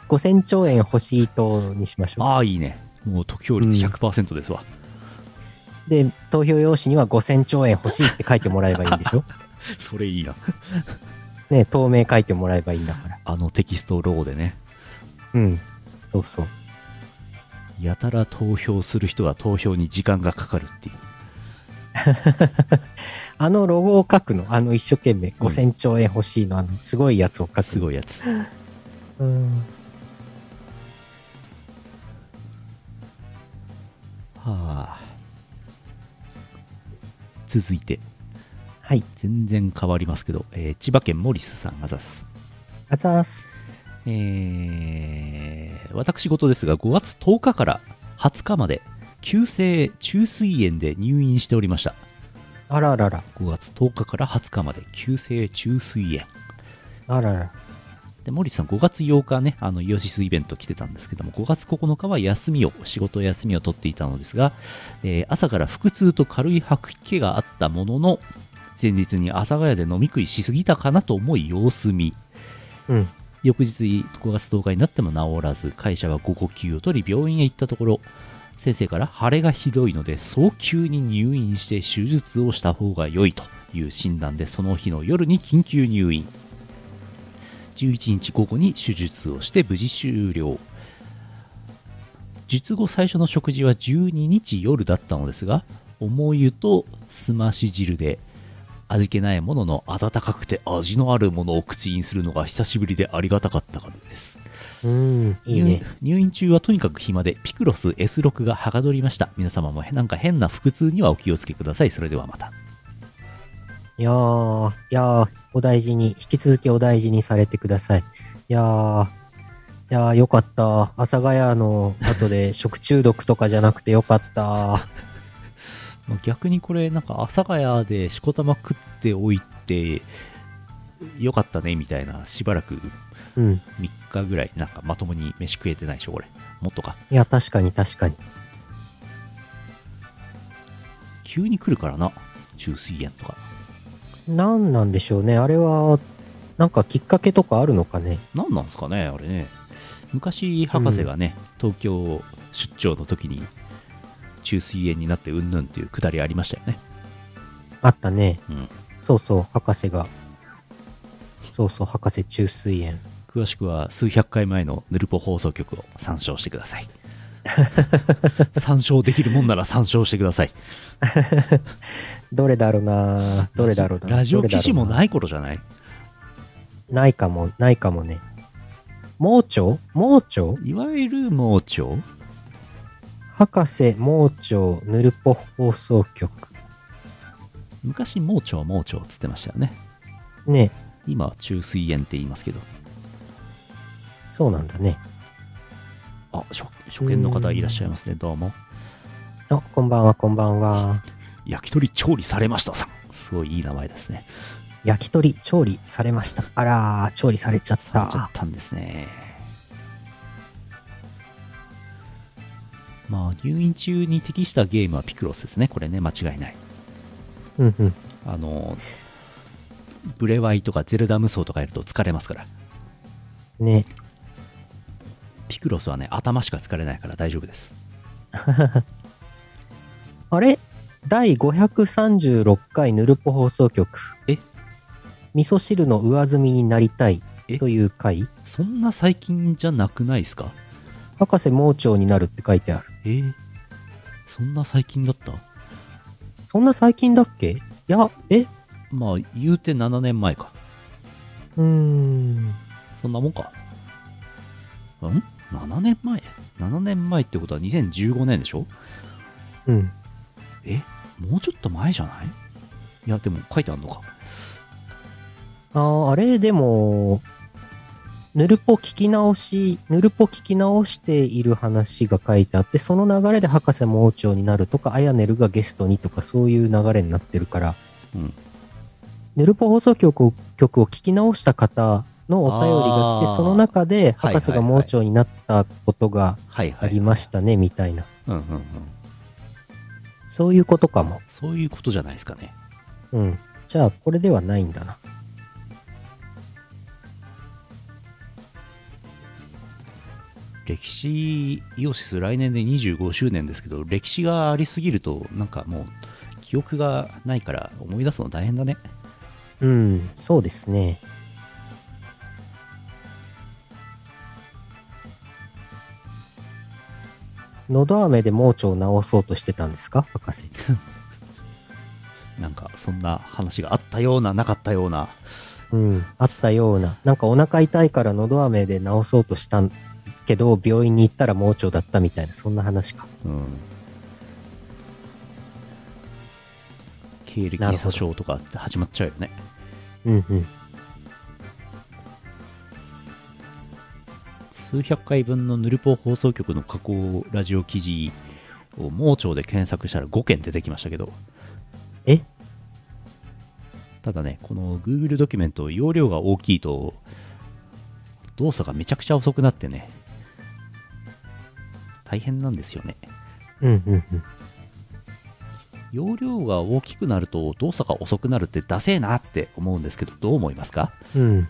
Speaker 2: 5000兆円欲しい党にしましょう。
Speaker 1: ああいいねもう得票率100%ですわ、
Speaker 2: で、投票用紙には5000兆円欲しいって書いてもらえばいいんで しょ
Speaker 1: それいいな
Speaker 2: ね、透明書いてもらえばいいんだから。
Speaker 1: あのテキストローでね
Speaker 2: うん。そうそう。
Speaker 1: やたら投票する人は投票に時間がかかるっていう
Speaker 2: あのロゴを書くの、あの一生懸命5000兆円欲しいの、あの、すごいやつを書くの。
Speaker 1: すごいやつ
Speaker 2: うん。
Speaker 1: はあ続いて
Speaker 2: はい。
Speaker 1: 全然変わりますけど、えー千葉県モリスさんあざす
Speaker 2: あざーす。
Speaker 1: えー私事ですが5月10日から20日まで急性虫垂炎で入院しておりました
Speaker 2: あらあらあら。
Speaker 1: 5月10日から20日まで急性虫垂炎
Speaker 2: あらあら。
Speaker 1: で森さん5月8日ねあのイオシスイベント来てたんですけども5月9日は休みを仕事休みを取っていたのですが、えー朝から腹痛と軽い吐き気があったものの前日に阿佐ヶ谷で飲み食いしすぎたかなと思い様子見
Speaker 2: うん。
Speaker 1: 翌日5月10日になっても治らず会社は午後休を取り病院へ行ったところ先生から腫れがひどいので早急に入院して手術をした方が良いという診断でその日の夜に緊急入院11日午後に手術をして無事終了術後最初の食事は12日夜だったのですが重湯とすまし汁で味気ないものの温かくて味のあるものを口にするのが久しぶりでありがたかったからです
Speaker 2: うん。いいね。
Speaker 1: 入入院中はとにかく暇でピクロス S6 がはかどりました皆様もへなんか変な腹痛にはお気をつけくださいそれではまた
Speaker 2: いやー、いやー、お大事に、引き続きお大事にされてください。いやー、いやー、よかった。阿佐ヶ谷の後で食中毒とかじゃなくてよかった。
Speaker 1: まあ逆にこれなんか阿佐ヶ谷でしこたま食っておいてよかったねみたいなしばらく
Speaker 2: うん。
Speaker 1: 3日ぐらいなんかまともに飯食えてないでしょ俺もっとか
Speaker 2: いや、確かに確かに。
Speaker 1: 急に来るからな中水炎とか
Speaker 2: なんなんでしょうね。あれは、なんかきっかけとかあるのかね。
Speaker 1: 何なんですかねあれね昔博士がね、東京出張の時に中水炎になってうんぬんっていうくだりありましたよね
Speaker 2: あったね。
Speaker 1: うん
Speaker 2: そうそう、博士が。そうそう、博士中水炎。
Speaker 1: 詳しくは数百回前のヌルポ放送局を参照してくださ い参照できるもんなら参照してください
Speaker 2: どれだろうなどれだろうな
Speaker 1: ラジオ記事も
Speaker 2: い
Speaker 1: ない頃じゃない
Speaker 2: ないかも、ないかもね。盲腸盲腸
Speaker 1: いわゆる盲腸
Speaker 2: 博士盲腸ヌルポ放送局。
Speaker 1: 昔盲腸盲腸っつってましたよね
Speaker 2: ね
Speaker 1: 今は中水炎って言いますけど
Speaker 2: そうなんだね。
Speaker 1: あ初初見の方いらっしゃいますねどうも
Speaker 2: あ、こんばんは、こんばんは。
Speaker 1: 焼き鳥調理されましたさんすごいいい名前ですね
Speaker 2: 焼き鳥調理されました。あらー、調理されちゃっ。
Speaker 1: されちゃったたんですねまあ入院中に適したゲームはピクロスですねこれね間違いない
Speaker 2: うんうん。
Speaker 1: あのブレワイとかゼルダ無双とかやると疲れますから
Speaker 2: ね
Speaker 1: ピクロスはね頭しか疲れないから大丈夫です
Speaker 2: あれ第536回ヌルポ放送局。
Speaker 1: え
Speaker 2: 味噌汁の上積みになりたい
Speaker 1: え
Speaker 2: という回
Speaker 1: そんな最近じゃなくないですか
Speaker 2: 博士盲腸になるって書いてある。
Speaker 1: えーそんな最近だった
Speaker 2: そんな最近だっけいや、えう
Speaker 1: まあ言うて7年前か
Speaker 2: ーん。
Speaker 1: そんなもんかん ?7 年前 ?7 年前ってことは2015年でしょ
Speaker 2: うん。
Speaker 1: えもうちょっと前じゃないいやでも書いてあるのか
Speaker 2: あーあれ、でも、ぬるぽ聞き直し、ぬるぽ聞き直している話が書いてあって、その流れで博士盲腸になるとか、あやねるがゲストにとか、そういう流れになってるから、
Speaker 1: うん
Speaker 2: ぬるぽ放送局を曲を聞き直した方のお便りが来
Speaker 1: あー
Speaker 2: て、その中で博士
Speaker 1: はい
Speaker 2: が
Speaker 1: はい
Speaker 2: 盲
Speaker 1: はい
Speaker 2: 腸になったことが
Speaker 1: はいは
Speaker 2: あ
Speaker 1: い
Speaker 2: りましたね、みたいな。
Speaker 1: うんうんうん
Speaker 2: そういうことかも。
Speaker 1: そういうことじゃないですかね
Speaker 2: うん。じゃあ、これではないんだな。
Speaker 1: 歴史イオシス来年で25周年ですけど歴史がありすぎるとなんかもう記憶がないから思い出すの大変だね
Speaker 2: うん、そうですね。のど飴で盲腸を治そうとしてたんですか博士。
Speaker 1: なんかそんな話があったようななかったような
Speaker 2: うん、あったような。なんかお腹痛いからのど飴で治そうとしたんけど、病院に行ったら盲腸だったみたいな、そんな話か。
Speaker 1: うん経歴
Speaker 2: なるほ
Speaker 1: 詐
Speaker 2: ど
Speaker 1: 称とかって始まっちゃうよね
Speaker 2: うんうん。
Speaker 1: 数百回分のヌルポ放送局の加工ラジオ記事を盲腸で検索したら5件出てきましたけど
Speaker 2: え
Speaker 1: ただねこの Google ドキュメント容量が大きいと動作がめちゃくちゃ遅くなってね、大変なんですよね。
Speaker 2: うんうんうん。
Speaker 1: 容量が大きくなると動作が遅くなるってダセえなって思うんですけど、どう思いますか
Speaker 2: うん。 い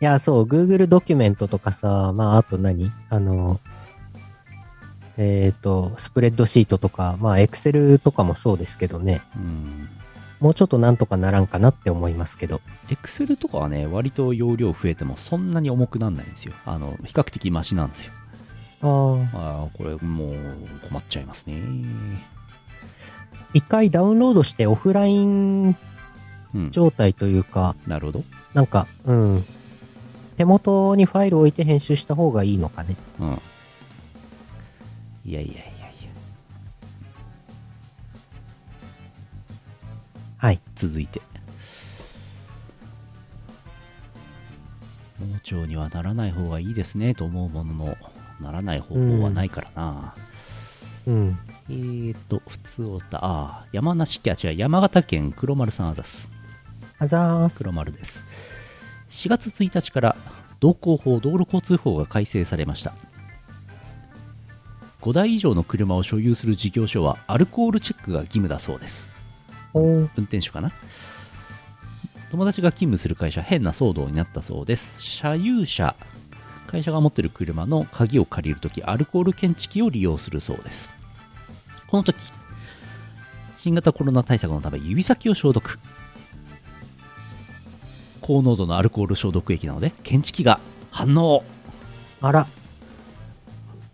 Speaker 2: や、そう、Google ドキュメントとかさ、まあ、あと何あの、えっ、と、スプレッドシートとか、まあ、Excel とかもそうですけどね、
Speaker 1: うん。
Speaker 2: もうちょっとなんとかならんかなって思いますけど。
Speaker 1: Excel とかはね、割と容量増えてもそんなに重くなんないんですよ。あの、比較的マシなんですよ。
Speaker 2: ああ。
Speaker 1: ああ、これもう困っちゃいますね。
Speaker 2: 一回ダウンロードしてオフライン
Speaker 1: うん。
Speaker 2: 状態というか、
Speaker 1: なるほど。
Speaker 2: なんか、うん。手元にファイル置いて編集した方がいいのかね。
Speaker 1: うん。いやいやいやいや。
Speaker 2: はい。
Speaker 1: 続いて。盲腸にはならない方がいいですねと思うものの、ならない方法はないからな。
Speaker 2: うん。
Speaker 1: えーと、普通おた、あー山梨県、あ、違う、山形県黒丸さんあざす。
Speaker 2: あざーす。
Speaker 1: 黒丸です。4月1日から道交法、道路交通法が改正されました。5台以上の車を所有する事業所はアルコールチェックが義務だそうです。
Speaker 2: おー
Speaker 1: 運転手かな友達が勤務する会社変な騒動になったそうです社有者会社が持ってる車の鍵を借りるときアルコール検知器を利用するそうですこの時新型コロナ対策のため指先を消毒高濃度のアルコール消毒液なので検知器が反応
Speaker 2: あら。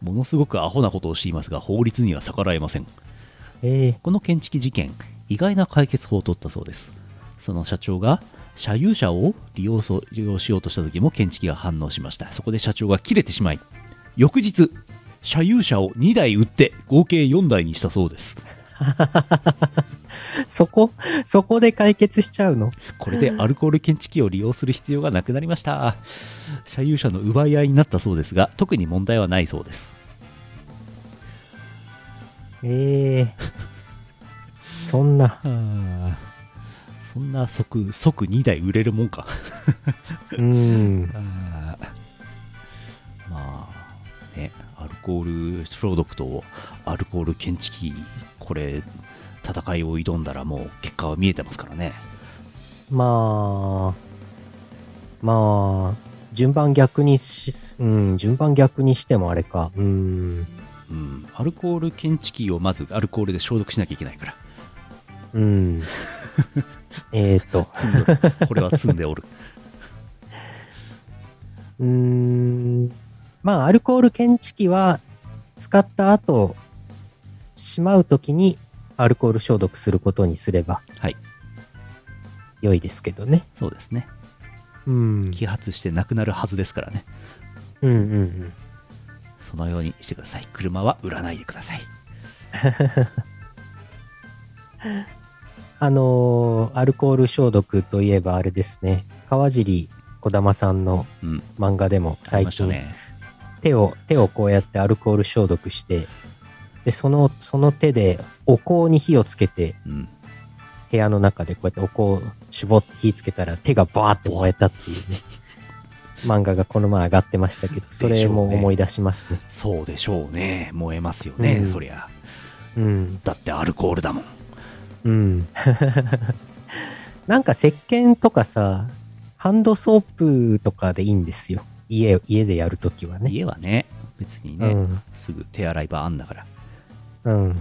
Speaker 1: ものすごくアホなことをしていますが法律には逆らえません
Speaker 2: ええ
Speaker 1: この建築事件意外な解決法を取ったそうですその社長が社有者を利用そ利用しようとした時も建築が反応しましたそこで社長が切れてしまい翌日社有者を2台売って合計4台にしたそうです
Speaker 2: そこ、そこで解決しちゃうの
Speaker 1: これでアルコール検知器を利用する必要がなくなりました社有者の奪い合いになったそうですが特に問題はないそうです
Speaker 2: ええそんな、
Speaker 1: そんな即即2台売れるもんか
Speaker 2: うん。
Speaker 1: あーまあねアルコール消毒とアルコール検知器これ戦いを挑んだらもう結果は見えてますからね
Speaker 2: まあ、まあ、順番逆にし、うん、順番逆にしてもあれか。うん、
Speaker 1: うんアルコール検知器をまずアルコールで消毒しなきゃいけないから
Speaker 2: うん。えっと、
Speaker 1: 積んどるこれは積んでおる
Speaker 2: うーん、まあ、アルコール検知器は、使った後、しまうときにアルコール消毒することにすれば
Speaker 1: はい
Speaker 2: 良いですけどね。
Speaker 1: そうですね
Speaker 2: うん。
Speaker 1: 揮発してなくなるはずですからね
Speaker 2: うんうんうん。
Speaker 1: そのようにしてください車は売らないでください
Speaker 2: あのーアルコール消毒といえばあれですね、川尻児玉さんの
Speaker 1: うん
Speaker 2: 漫画でも
Speaker 1: あり
Speaker 2: 最
Speaker 1: ました
Speaker 2: 近、
Speaker 1: ね
Speaker 2: 手を、手をこうやってアルコール消毒して、で、その、その手でお香に火をつけて、
Speaker 1: うん
Speaker 2: 部屋の中でこうやってお香を絞って火つけたら手がバーって燃えたっていう ね、漫画がこの前上がってましたけど、それも思い出しますね。
Speaker 1: そうでしょうね燃えますよね、
Speaker 2: うん
Speaker 1: そりゃ
Speaker 2: うん。
Speaker 1: だってアルコールだもん
Speaker 2: うん。 なんか石鹸とかさ、ハンドソープとかでいいんですよ。家、家でやるときはね。
Speaker 1: 家はね別に
Speaker 2: う
Speaker 1: ね、
Speaker 2: ん。
Speaker 1: すぐ手洗い場あんだから
Speaker 2: うん。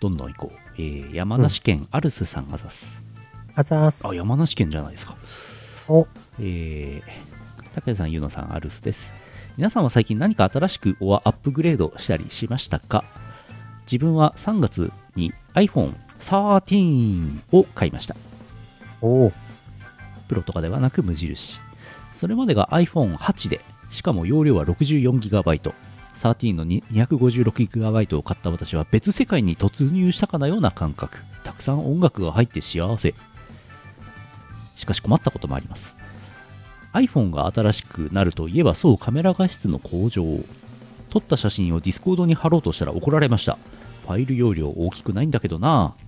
Speaker 1: どんどん行こう、えー山梨県アルスさんがざす、
Speaker 2: あざーす
Speaker 1: あ。山梨県じゃないですか
Speaker 2: お、
Speaker 1: えー、高谷さんゆうのさんアルスです皆さんは最近何か新しくおアップグレードしたりしましたか自分は3月に iPhone13 を買いました
Speaker 2: おー
Speaker 1: プロとかではなく無印それまでが iPhone8 でしかも容量は 64GB13 の 256GB を買った私は別世界に突入したかのような感覚たくさん音楽が入って幸せしかし困ったこともあります iPhone が新しくなるといえばそうカメラ画質の向上撮った写真を Discord に貼ろうとしたら怒られましたファイル容量大きくないんだけどなぁ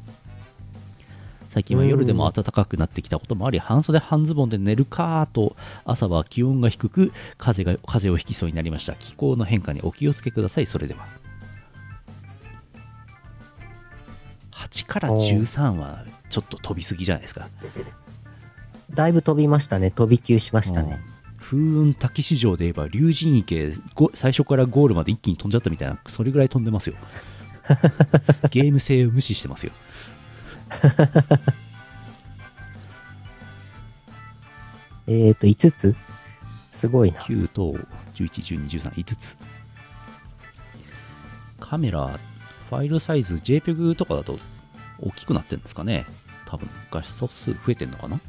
Speaker 1: 最近は夜でも暖かくなってきたこともあり、半袖半ズボンで寝るかと、朝は気温が低く風が、風邪をひきそうになりました。気候の変化にお気をつけください、それでは。8から13はちょっと飛びすぎじゃないですか。
Speaker 2: だいぶ飛びましたね。飛び級しましたね。
Speaker 1: うん風雲滝市場で言えば竜神池ご最初からゴールまで一気に飛んじゃったみたいなそれぐらい飛んで ますよゲーム性を無視してますよ
Speaker 2: えっ、と、5つすごいな。
Speaker 1: 9と111213つカメラファイルサイズ JPEG とかだと大きくなってるんですかね多分画素数増えてんのかな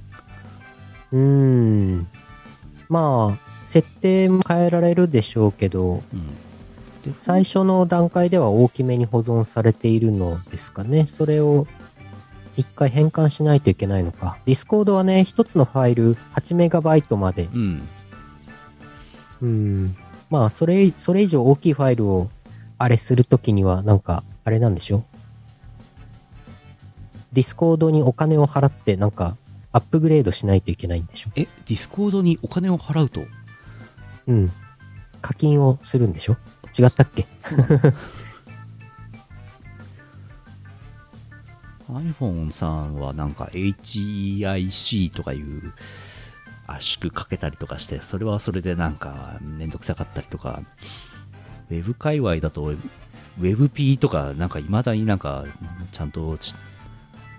Speaker 2: うーん。まあ、設定も変えられるでしょうけど、
Speaker 1: うんで
Speaker 2: 最初の段階では大きめに保存されているのですかね。それを一回変換しないといけないのか。Discord はね、一つのファイル 8MB まで。
Speaker 1: うん
Speaker 2: うん。まあ、それ、それ以上大きいファイルをあれするときには、なんか、あれなんでしょ ?Discord にお金を払って、なんか、アップグレードしないといけないんでしょ
Speaker 1: えディスコードにお金を払うと
Speaker 2: うん。課金をするんでしょ違ったっけ
Speaker 1: iPhone さんはなんか HEIC とかいう圧縮かけたりとかして、それはそれでなんかめんどくさかったりとか、ウェブ界隈だと WebP とかなんか未だになんかちゃんとし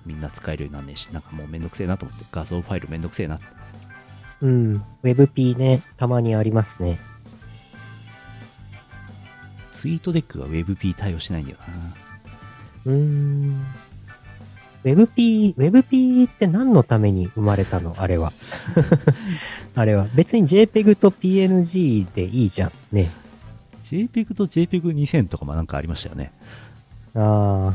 Speaker 1: みんな使えるようになんねえし、なんかもうめんどくせえなと思って、画像ファイルめんどくせえな。
Speaker 2: うん。WebP ね、たまにありますね。
Speaker 1: ツイートデックが WebP 対応しないんだよな。
Speaker 2: うーん。WebP、WebP って何のために生まれたのあれは。 あれは。別に JPEG と PNG でいいじゃん。ね。
Speaker 1: JPEG と JPEG2000 とかもなんかありましたよね。
Speaker 2: ああ、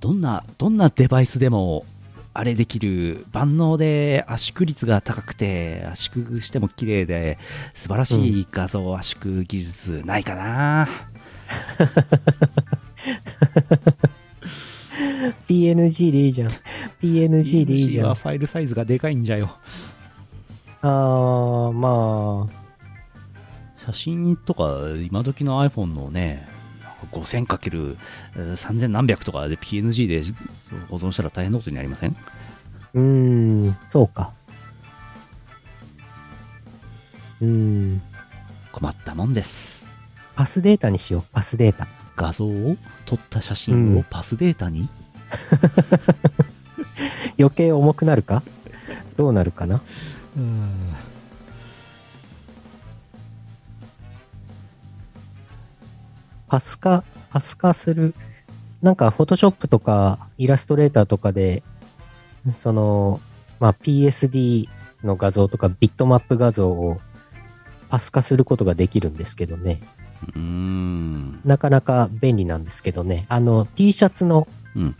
Speaker 1: どんな、どんなデバイスでも、あれできる、万能で圧縮率が高くて、圧縮しても綺麗で、素晴らしい画像圧縮技術ないかな、
Speaker 2: PNG でいいじゃん。PNG でいいじ
Speaker 1: PNG
Speaker 2: ゃん。
Speaker 1: は
Speaker 2: あ
Speaker 1: ファイルサイズがでかいんじゃよ。
Speaker 2: あー、まあ、
Speaker 1: 写真とか、今時の iPhone のね、5000×3000 何百とかで PNG で保存したら大変なことになりません
Speaker 2: うーん、そうか。うーん、
Speaker 1: 困ったもんです。
Speaker 2: パスデータにしよう、パスデータ。
Speaker 1: 画像を撮った写真
Speaker 2: う
Speaker 1: を
Speaker 2: ん
Speaker 1: パスデータに、
Speaker 2: 余計重くなるかどうなるかなパス化、パス化する。なんか、フォトショップとか、イラストレーターとかで、その、まあ、PSD の画像とか、ビットマップ画像をパス化することができるんですけどね。
Speaker 1: うーん。
Speaker 2: なかなか便利なんですけどね。あの、T シャツの、
Speaker 1: うん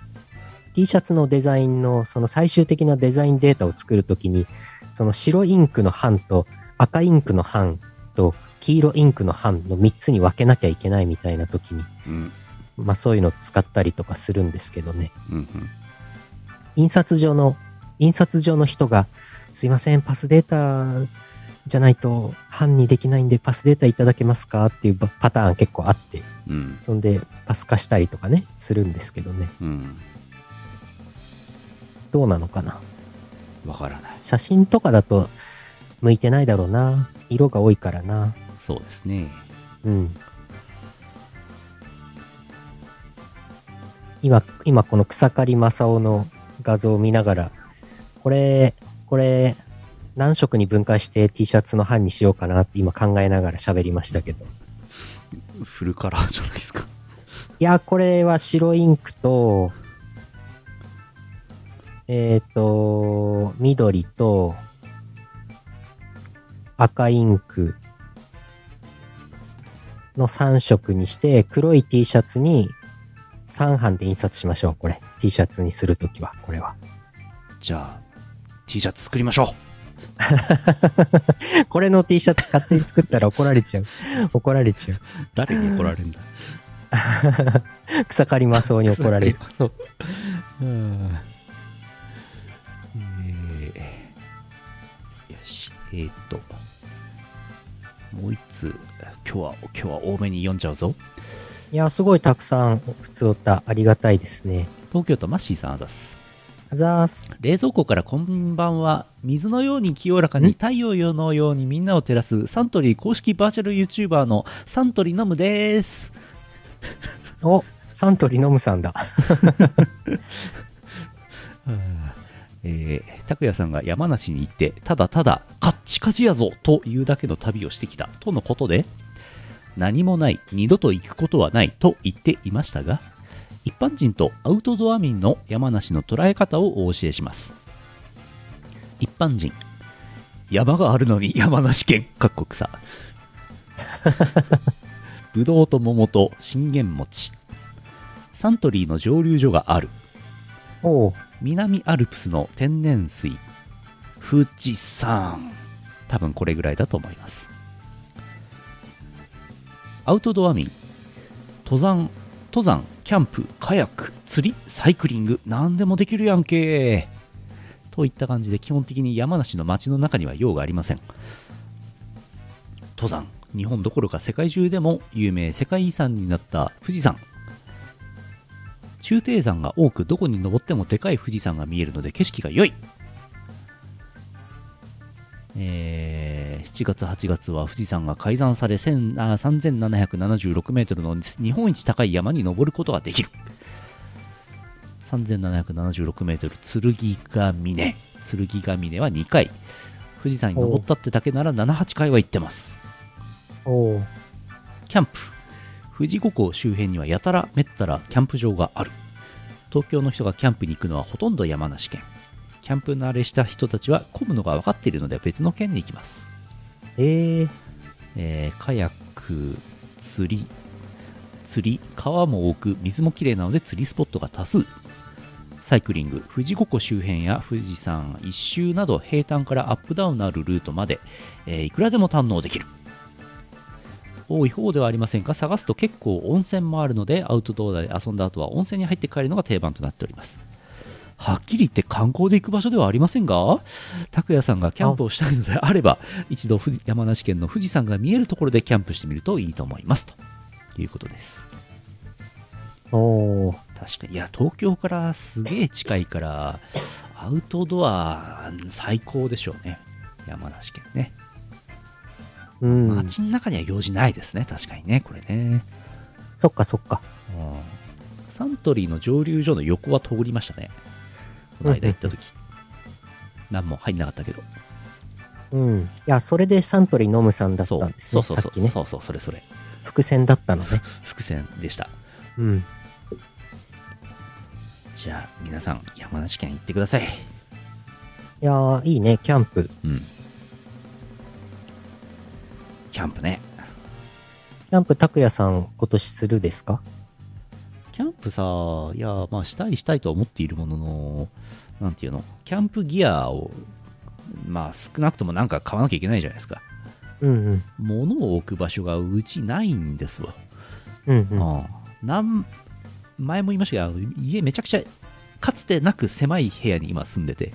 Speaker 2: T シャツのデザインの、その最終的なデザインデータを作るときに、その白インクの版と赤インクの版と黄色インクの版の3つに分けなきゃいけないみたいなときに、
Speaker 1: うん。
Speaker 2: まあそういうのを使ったりとかするんですけどね。
Speaker 1: うん
Speaker 2: 印刷所の、印刷所の人が、すいません、パスデータじゃないと版にできないんでパスデータいただけますかっていうパパターン結構あって。
Speaker 1: うん。うん
Speaker 2: そんでパス化したりとかねするんですけどね
Speaker 1: うん。
Speaker 2: どうなのかな
Speaker 1: わからない。
Speaker 2: 写真とかだと向いてないだろうな色が多いからな
Speaker 1: そうですね。
Speaker 2: うん今今この草刈正雄の画像を見ながらこれこれ何色に分解して T シャツの版にしようかなって今考えながら喋りましたけど
Speaker 1: フルカラーじゃないですか。
Speaker 2: いや、これは白インクと、えっ、と、緑と、赤インクの3色にして、黒い T シャツに3版で印刷しましょう、これ。T シャツにするときは、これは。
Speaker 1: じゃあ、T シャツ作りましょ
Speaker 2: これの T シャツ勝手に作ったら怒られちゃう。 怒られちゃう。
Speaker 1: う。誰に怒られるんだ
Speaker 2: 草刈正雄に怒られる。
Speaker 1: そう。うんしえーっと、もう一つ、今日は、今日は多めに読んじゃうぞ。
Speaker 2: いや、すごいたくさん、普通おた、ありがたいですね。
Speaker 1: 東京都マッシーさんあざっす。
Speaker 2: あざーす。
Speaker 1: 冷蔵庫からこんばんは水のように清らかに太陽のようにみんなを照らすサントリー公式バーチャル YouTuber のサントリー飲むです
Speaker 2: お、サントリーノムさんだ。
Speaker 1: えー拓也さんが山梨に行ってただただカッチカチやぞというだけの旅をしてきたとのことで何もない二度と行くことはないと言っていましたが一般人とアウトドア民の山梨の捉え方をお教えします一般人山があるのに山梨県かっこ草ぶどうと桃と信玄餅サントリーの蒸留所がある
Speaker 2: おう
Speaker 1: 南アルプスの天然水富士山多分これぐらいだと思いますアウトドア民登山登山キャンプカヤック釣りサイクリング何でもできるやんけといった感じで基本的に山梨の街の中には用がありません登山日本どころか世界中でも有名世界遺産になった富士山中低山が多くどこに登ってもでかい富士山が見えるので景色が良い、えー7月8月は富士山が改ざんされ1000あー3776メートルの日本一高い山に登ることができる3776メートル剣ヶ峰剣ヶ峰は2回富士山に登ったってだけなら78回は行ってます
Speaker 2: おう
Speaker 1: キャンプ富士五湖周辺にはやたらめったらキャンプ場がある東京の人がキャンプに行くのはほとんど山梨県キャンプ慣れした人たちは混むのが分かっているので別の県に行きます、
Speaker 2: えー、
Speaker 1: えーカヤック釣り釣り川も多く水もきれいなので釣りスポットが多数サイクリング富士五湖周辺や富士山一周など平坦からアップダウンのあるルートまで、えーいくらでも堪能できる多い方ではありませんが探すと結構温泉もあるのでアウトドアで遊んだ後は温泉に入って帰るのが定番となっておりますはっきり言って観光で行く場所ではありませんが拓也さんがキャンプをしたいのであれば一度富士山梨県の富士山が見えるところでキャンプしてみるといいと思いますということです
Speaker 2: おう
Speaker 1: 確かにいや東京からすげえ近いからアウトドア最高でしょうね山梨県ね
Speaker 2: うん。
Speaker 1: 街の中には用事ないですね確かにねこれね
Speaker 2: そっかそっか。
Speaker 1: うんサントリーの蒸留所の横は通りましたねこの間行った時何も入んなかったけど
Speaker 2: うん。いや、それでサントリーノムさんだった
Speaker 1: そ
Speaker 2: ん
Speaker 1: う
Speaker 2: で
Speaker 1: そ
Speaker 2: すね。
Speaker 1: うそうそ
Speaker 2: さっ
Speaker 1: う、
Speaker 2: きね。
Speaker 1: そうそうそれそれ
Speaker 2: 伏線だったのね。
Speaker 1: 伏線でした
Speaker 2: うん。
Speaker 1: じゃあ皆さん山梨県行ってください
Speaker 2: いやー、いいね、キャンプ。
Speaker 1: うんキャンプね
Speaker 2: キャンプ、拓也さん、今年するですか
Speaker 1: キャンプさいやまあしたいしたいとは思っているもののなんていうのキャンプギアをまあ少なくともなんか買わなきゃいけないじゃないですか
Speaker 2: うんうん。
Speaker 1: 物を置く場所がうちないんですわ、
Speaker 2: うんうん。
Speaker 1: ああなん前も言いましたが家めちゃくちゃかつてなく狭い部屋に今住んでて、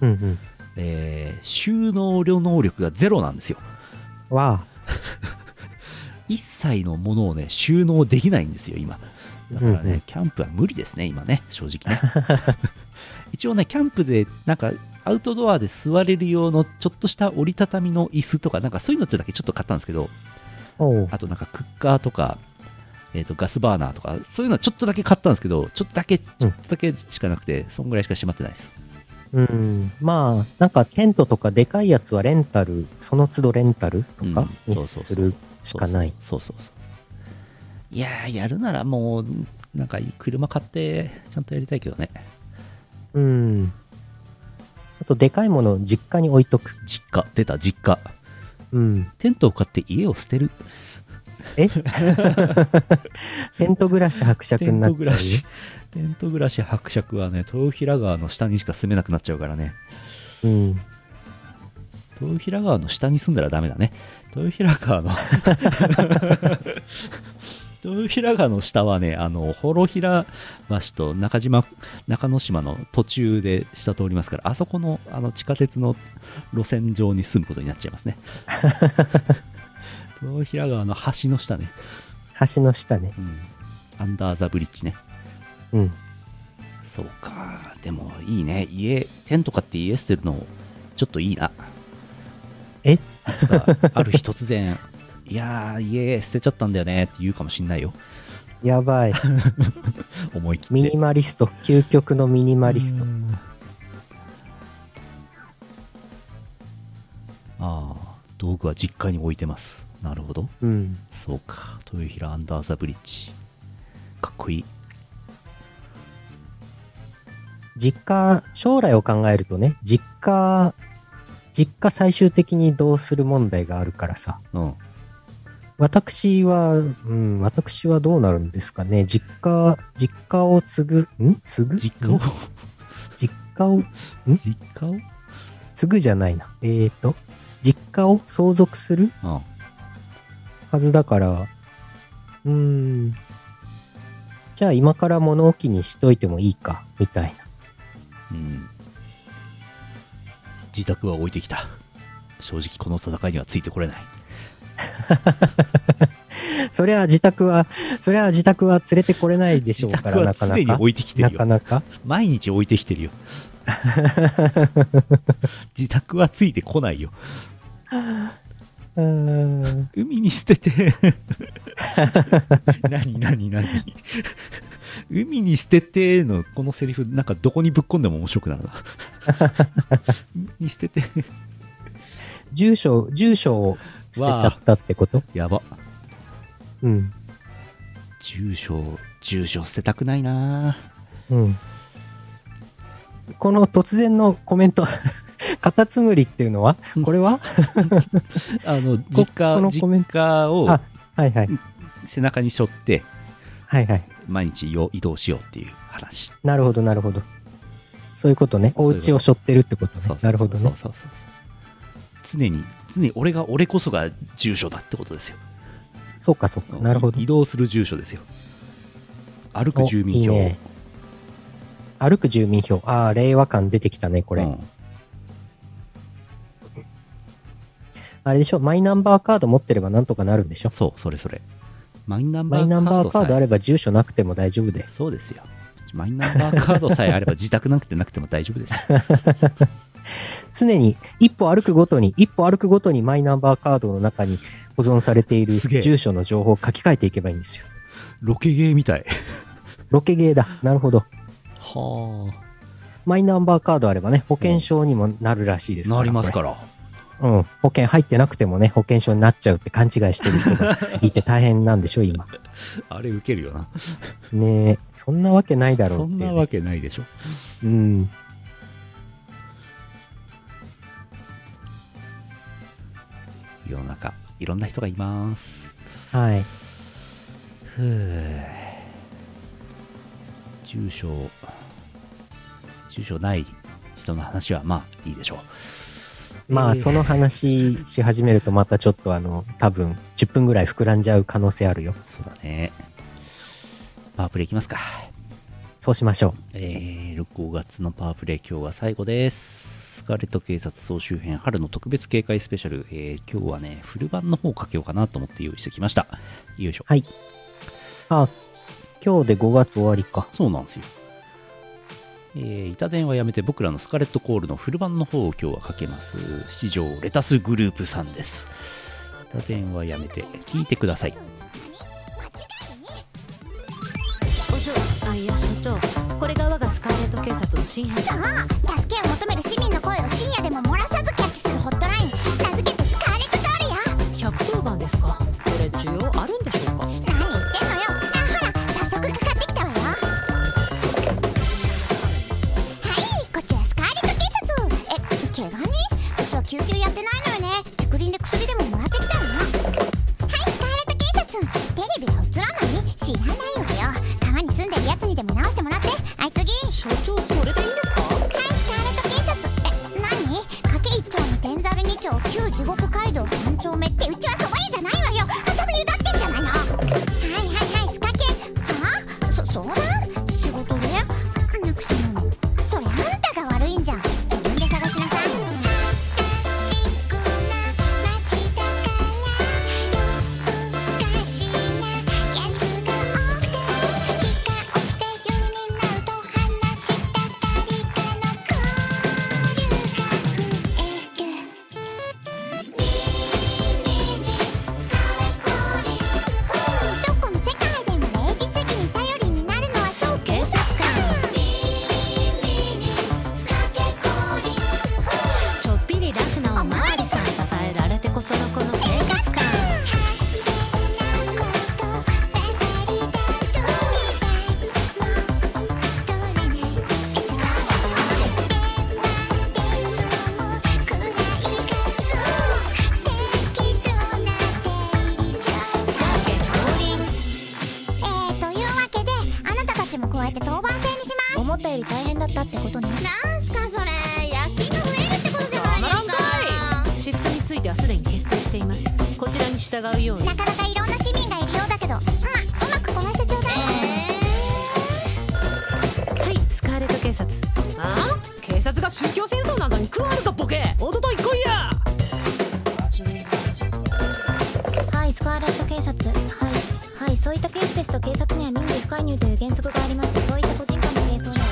Speaker 2: うんうん。
Speaker 1: えー収納量能力がゼロなんですよ
Speaker 2: わ
Speaker 1: 一切のものをね収納できないんですよ今だからね、
Speaker 2: うんうん
Speaker 1: キャンプは無理ですね今ね正直ね 一応ねキャンプでなんかアウトドアで座れる用のちょっとした折りたたみの椅子とかなんかそういうのだけちょっと買ったんですけど
Speaker 2: あ。おう。
Speaker 1: あとなんかクッカーとか、えー、とガスバーナーとかそういうのはちょっとだけ買ったんですけどちょっとだけちょっとだけしかなくて、そんぐらいしかしまってないです
Speaker 2: うん。まあ、なんかテントとかでかいやつはレンタル、その都度レンタル
Speaker 1: う
Speaker 2: とか
Speaker 1: ん
Speaker 2: に
Speaker 1: そうそうそう
Speaker 2: するしかない。
Speaker 1: そうそうそうそういやーやるならもうなんか車買ってちゃんとやりたいけどね
Speaker 2: うん。あと、でかいものを実家に置いとく。
Speaker 1: 実家出た実家
Speaker 2: うん。
Speaker 1: テントを買って家を捨てる
Speaker 2: えテント暮らし伯爵
Speaker 1: テ
Speaker 2: に
Speaker 1: ン
Speaker 2: な
Speaker 1: ト
Speaker 2: っ
Speaker 1: 暮
Speaker 2: ちゃう
Speaker 1: ら
Speaker 2: よ。
Speaker 1: しテント暮らし伯爵はね豊平川の下にしか住めなくなっちゃうからね
Speaker 2: うん。
Speaker 1: 豊平 川の下に住んだらダメだね豊平川の豊平川の下はね、あの、幌平橋と中島、中之島の途中で下通りますから、あそこの、あの、地下鉄の路線上に住むことになっちゃいます ね。豊平川の橋の下ね、
Speaker 2: 橋の下ね。
Speaker 1: うん。アンダーザブリッジね。
Speaker 2: うん。
Speaker 1: そうか。でも、いいね。家、テント買って家捨てるの、ちょっといいな。
Speaker 2: え
Speaker 1: いつか、ある日突然、 いやー、家捨てちゃったんだよねって言うかもしんないよ。
Speaker 2: やばい。
Speaker 1: 思い切って。
Speaker 2: ミニマリスト。究極のミニマリスト
Speaker 1: う。んああ道具は実家に置いてますなるほど
Speaker 2: うん。
Speaker 1: そうか豊平アンダーザブリッジかっこいい
Speaker 2: 実家、将来を考えるとね、実家、実家最終的にどうする問題があるからさ。
Speaker 1: うん
Speaker 2: 私は、うん、私はどうなるんですかね。実家、実家を継ぐ、ん継ぐ
Speaker 1: 実家を
Speaker 2: 実家を、ん
Speaker 1: 実家をうん
Speaker 2: 継ぐじゃないな。えーと、実家を相続する
Speaker 1: あ
Speaker 2: はずだから、うーん。じゃあ今から物置にしといてもいいか、みたいな。
Speaker 1: うん自宅は置いてきた正直この戦いにはついてこれない
Speaker 2: そりゃ自宅は、そりゃ自宅は連れてこれないでし ょ
Speaker 1: 自
Speaker 2: うか
Speaker 1: 宅は
Speaker 2: ら、なか
Speaker 1: 常
Speaker 2: な
Speaker 1: に
Speaker 2: か。
Speaker 1: 置いてきて
Speaker 2: な
Speaker 1: る
Speaker 2: か
Speaker 1: よ
Speaker 2: なか。
Speaker 1: 毎日置いてきてるよ 自宅はついてこないよ
Speaker 2: うーん。
Speaker 1: 海に捨てて 何何何海に捨ててのこのセリフなんかどこにぶっ込んでも面白くなる な海に捨てて
Speaker 2: 住所、住所を捨てちゃったってこと
Speaker 1: やば
Speaker 2: うん。
Speaker 1: 住所住所捨てたくないな
Speaker 2: うん。この突然のコメント、 カタツムリっていうのはこれは
Speaker 1: あの実
Speaker 2: こ
Speaker 1: 家
Speaker 2: のコメン
Speaker 1: 実家を
Speaker 2: あはいはい。
Speaker 1: 背中に背負って
Speaker 2: はいはい。
Speaker 1: 毎日よ移動しようっていう話
Speaker 2: なるほど、なるほど。そういうことね。お家を背負ってるってことね。なるほど
Speaker 1: そう
Speaker 2: ね。
Speaker 1: そうそうそう常に常に俺が俺こそが住所だってことですよ
Speaker 2: そうか、そうか。なるほど
Speaker 1: 移。動する住所ですよ歩く
Speaker 2: お
Speaker 1: 住民票
Speaker 2: いいね歩く住民票。ああ、令和感出てきたね、これ。
Speaker 1: うん
Speaker 2: あれでしょ、マイナンバーカード持ってればなんとかなるんでしょ。
Speaker 1: そうそれそれマイナン
Speaker 2: マ
Speaker 1: バ
Speaker 2: イナン
Speaker 1: ーカー
Speaker 2: バ
Speaker 1: ド
Speaker 2: ー
Speaker 1: さ
Speaker 2: カ
Speaker 1: え
Speaker 2: ードあれば住所なくても大丈夫です。
Speaker 1: そうですよマイナンバーカードさえあれば自宅なくてなくても大丈夫です よ
Speaker 2: 常に一歩歩くごとに、一歩歩くごとにマイナンバーカードの中に保存されている
Speaker 1: すげえ
Speaker 2: 住所の情報を書き換えていけばいいんですよ。
Speaker 1: ロケゲーみたい
Speaker 2: ロケゲーだ。なるほど。
Speaker 1: は
Speaker 2: マイナンバーカードあればね、保険証にもなるらしいですから。
Speaker 1: なります
Speaker 2: ら
Speaker 1: から
Speaker 2: うん、保険入ってなくてもね、保険証になっちゃうって勘違いしてる人がいて大変なんでしょ、今。
Speaker 1: あれ受けるよな
Speaker 2: ねえ、そんなわけないだろう
Speaker 1: そ
Speaker 2: ってい
Speaker 1: ん
Speaker 2: うね、
Speaker 1: なわけないでしょ
Speaker 2: うん。
Speaker 1: 世の中いろんな人がいます
Speaker 2: はい。
Speaker 1: ふう住所住所ない人の話はまあいいでしょう
Speaker 2: ま
Speaker 1: え
Speaker 2: あ、
Speaker 1: ー
Speaker 2: その話し始めるとまたちょっとあの、多分10分ぐらい膨らんじゃう可能性あるよ。
Speaker 1: そうだねパワープレイいきますか
Speaker 2: そうしましょ
Speaker 1: えー、6月のパワープレイ今日が最後です。スカーレット警察総集編春の特別警戒スペシャル、えー今日はね、フル版の方をかけようかなと思って用意してきました。よいしょ。
Speaker 2: はいいう。今日で5月終わりか。
Speaker 1: そうなんですよ。えー、板電話やめて僕らのスカレットコールのフル版の方を今日はかけます。七条レタスグループさんです。板電話やめて聞いてください。
Speaker 5: お嬢あいや所長これが我がスカーレット警察の新編
Speaker 6: そう助けを求める市民の声を深夜でも漏らさずキャッチするホットライン名付けてスカーレットドールよ
Speaker 5: 110番ですかこれ需要あるんでしょうか
Speaker 6: 何言ってんのよあほら早速かかってきたわよはいこちらスカーレット警察え怪我人うちは救急やってないのよね竹林で薬でももらってきたのはいスカーレット警察テレビは映らない知らないわよ川に住んでるやつにでも直してもらってあい次
Speaker 5: 所長それでいいんですか
Speaker 6: はい、スカーレット警察。え、何掛け一丁に天ざる二丁、旧地獄街道三丁目って、うちはそば屋じゃないわよ。あ、多分湯だってんじゃないの。はいはいはい、ってことねなんすかそれ夜勤が増えるってことじゃないですか
Speaker 5: シフトについてはすでに決定していますこちらに従うように
Speaker 6: なかなかいろんな市民がいるようだけどまあうまくこなしてちょうだい
Speaker 5: はいスカーレット警察
Speaker 7: あ警察が宗教戦争なんかに加わるかボケおととい来いや
Speaker 6: はいスカーレット警察はいはいそういったケースですと警察には民事不介入という原則がありましてそういった個人間の係争には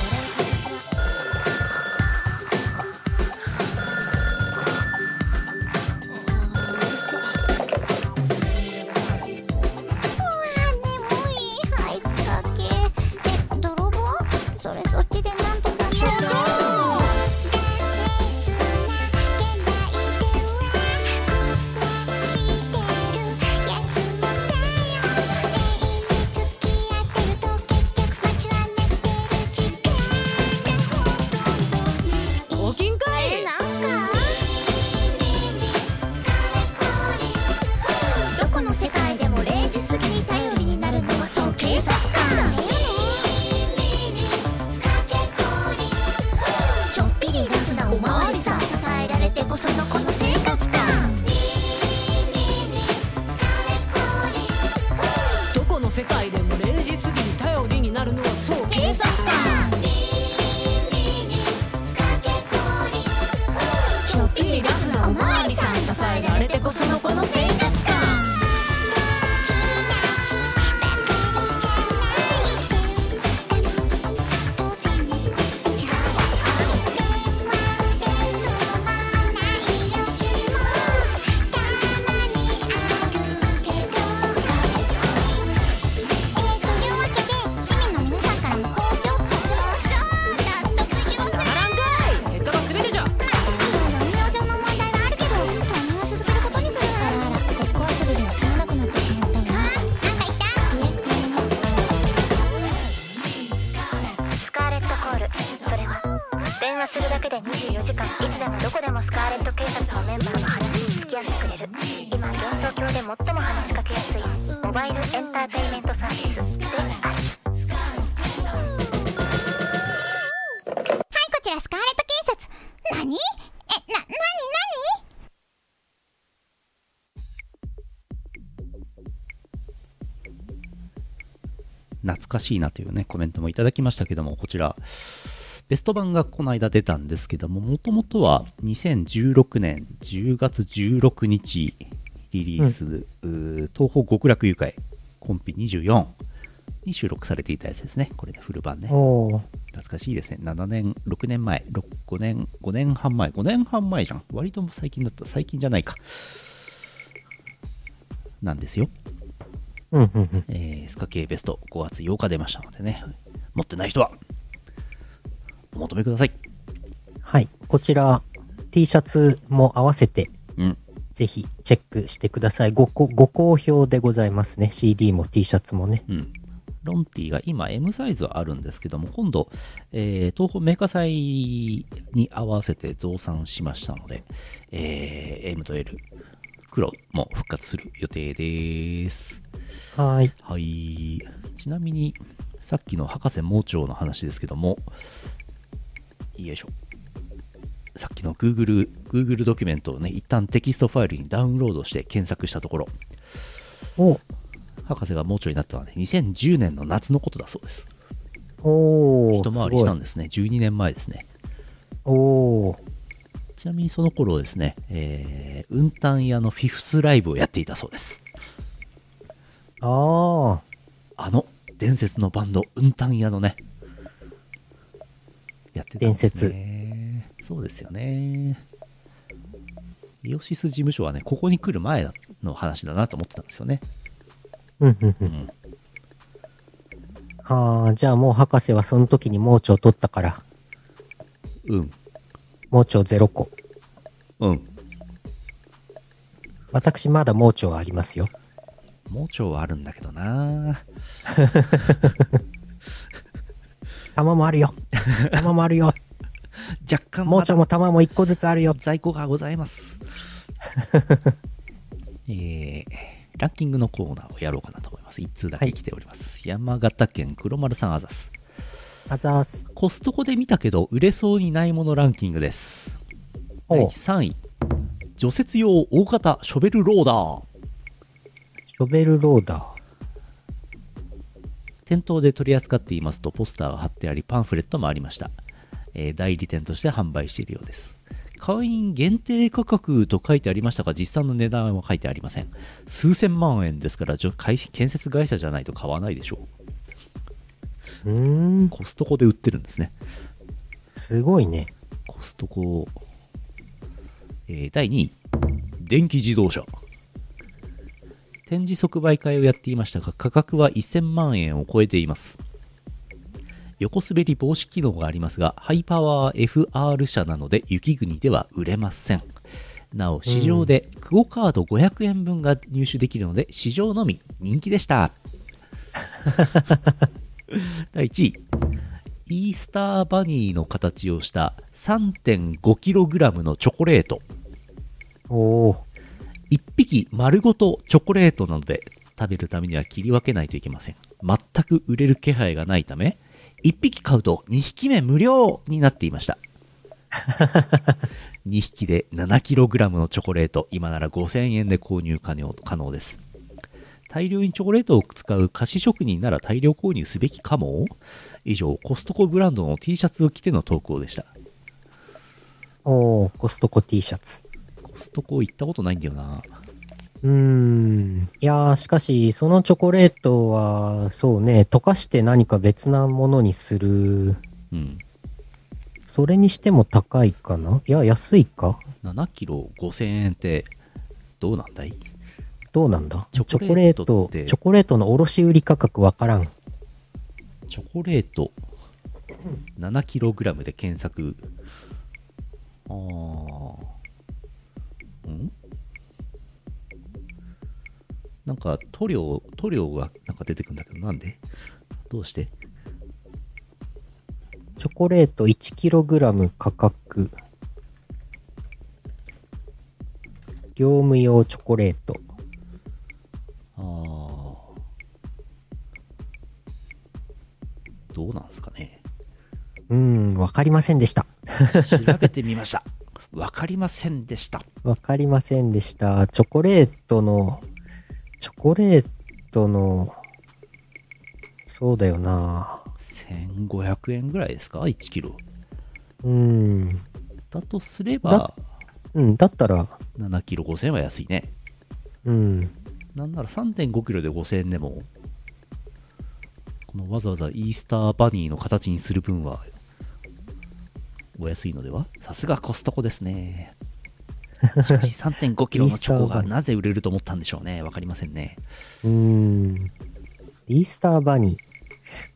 Speaker 6: 我々がえ泥棒それそっちでなんとかな所長
Speaker 7: おきんかい
Speaker 6: どこの世界でも0時過ぎに頼りになるのはそう警察官だよねちょっぴりラフなおまわりさん支えられてこそのこの生活感
Speaker 7: どこの世界でも0時過ぎに頼りになるのはそう
Speaker 6: 警察官ちょっぴりラフなおまわりさん支えられてこそのこの生活感えーというわけで市民の皆さんからも好評超超納得いきませんま
Speaker 7: ならんかい結果が全てじゃ
Speaker 6: あいろいろ運用上の問題はあるけど当人は続けることにするあらあらここはすぐには済まなくなってしまったななんか言った
Speaker 8: スカーレットコールそれは電話するだけで24時間いつでもどこでもスカーレット警察のメンバーの話に付き合ってくれる今幻想郷で最も話しかけやすいモバイルエンターテインメントサービスで
Speaker 6: は
Speaker 8: ある
Speaker 6: いこちらスカーレット警察何えな何何
Speaker 1: 懐かしいなというね、コメントもいただきましたけども、こちら、ベスト版がこの間出たんですけども、もともとは2016年10月16日リリース、うー東方極楽誘拐コンピ24に収録されていたやつですね。これでフル版ね。
Speaker 2: おお。
Speaker 1: 懐かしいですね。7年、6年前、6 5年、5年半前、5年半前じゃん。割ともう最近だった。最近じゃないか。なんですよ。
Speaker 2: うんうんうん。
Speaker 1: えースカ系ベスト5月8日出ましたのでね、持ってない人は、お求めください。
Speaker 2: はい。こちら、T シャツも合わせて、
Speaker 1: うん。
Speaker 2: ぜひチェックしてください。ごこご好評でございますね。CD も T シャツもね。
Speaker 1: うん。ロンティが今 M サイズはあるんですけども、今度、えー東宝メーカー祭に合わせて増産しましたので、えー M と L、黒も復活する予定です。
Speaker 2: はーい。
Speaker 1: はい。ちなみに、さっきの博士盲腸の話ですけども、よいしょ。さっきの Google、Google ドキュメントをね、一旦テキストファイルにダウンロードして検索したところ、
Speaker 2: お
Speaker 1: 博士が盲腸になったのはね、2010年の夏のことだそうです。
Speaker 2: おー。
Speaker 1: 一回りしたん
Speaker 2: す
Speaker 1: ですね。12年前ですね。
Speaker 2: ごいおー。
Speaker 1: ちなみにその頃ですね、えー、運搬屋のフィフスライブをやっていたそうです。
Speaker 2: あ
Speaker 1: あの、伝説のバンド、運搬屋のね、やってたんですね。そうですよね。イオシス事務所はね、ここに来る前の話だなと思ってたんですよね。
Speaker 2: ー。うんうんう。
Speaker 1: うんん。
Speaker 2: あー、じゃあもう博士はその時に盲腸取ったから、
Speaker 1: うん。
Speaker 2: 盲腸0個。
Speaker 1: うん。
Speaker 2: 私まだ盲腸はありますよ。
Speaker 1: 盲腸はあるんだけどな
Speaker 2: 玉もあるよ。玉もあるよ。
Speaker 1: 若干
Speaker 2: 盲
Speaker 1: ま
Speaker 2: 腸
Speaker 1: だ
Speaker 2: も玉も1個ずつあるよ。
Speaker 1: 在庫がござい ます。えー、ランキングのコーナーをやろうかなと思います。一通だけ来ております。山形県黒丸さんあざす。
Speaker 2: あざーす。
Speaker 1: コストコで見たけど売れそうにないものランキングです
Speaker 2: おう
Speaker 1: 第3位除雪用大型ショベルローダー
Speaker 2: ショベルローダー。
Speaker 1: 店頭で取り扱っていますとポスターが貼ってありパンフレットもありました、えー代理店として販売しているようです会員限定価格と書いてありましたが実際の値段は書いてありません数千万円ですからじょ会建設会社じゃないと買わないでしょう
Speaker 2: うーん、
Speaker 1: コストコで売ってるんですね
Speaker 2: すごいね。
Speaker 1: コストコ、えー第2位電気自動車展示即売会をやっていましたが価格は1000万円を超えています横滑り防止機能がありますがハイパワー FR 車なので雪国では売れませんなお市場でクオ・カード500円分が入手できるので市場のみ人気でした第1位イースターバニーの形をした 3.5kg のチョコレート
Speaker 2: おー。
Speaker 1: 1匹丸ごとチョコレートなので食べるためには切り分けないといけません全く売れる気配がないため1匹買うと2匹目無料になっていました 2匹で 7kg のチョコレート今なら5000円で購入可能可能です大量にチョコレートを使う菓子職人なら大量購入すべきかも以上コストコブランドの T シャツを着ての投稿でした
Speaker 2: おー、コストコ T シャツ。
Speaker 1: コストコ行ったことないんだよな
Speaker 2: うーん。いやー、しかし、そのチョコレートは、そうね、溶かして何か別なものにする。
Speaker 1: うん
Speaker 2: それにしても高いかないや、安いか
Speaker 1: 7キロ5000円ってどうなんだい
Speaker 2: どうなんだ
Speaker 1: チ
Speaker 2: チ
Speaker 1: ョ
Speaker 2: ョ
Speaker 1: コ
Speaker 2: コ
Speaker 1: レ
Speaker 2: レ
Speaker 1: ー
Speaker 2: ー
Speaker 1: トっ
Speaker 2: ト、
Speaker 1: て
Speaker 2: チョコレートの卸売価格わからん。
Speaker 1: チョコレート 7kg で検索あーうんなんか塗料塗料がなんか出てくるんだけどなんでどうして
Speaker 2: チョコレート 1kg 価格。業務用チョコレート。
Speaker 1: あーどうなんすかね
Speaker 2: うーん、わかりませんでした。
Speaker 1: 調べてみましたわかりませんでした
Speaker 2: わかりませんでした。チョコレートの、チョコレートの、そうだよな。
Speaker 1: 1500円ぐらいですか1キロ
Speaker 2: うーん。
Speaker 1: だとすれば
Speaker 2: うん、だったら、
Speaker 1: 7キロ5000円は安いね
Speaker 2: うん。
Speaker 1: なんなら3.5キロで5000円でもこのわざわざイースターバニーの形にする分はお安いのではさすがコストコです ねしかし3.5キロのチョコがなぜ売れると思ったんでしょうねわかりませんね
Speaker 2: うーん。イースターバニー。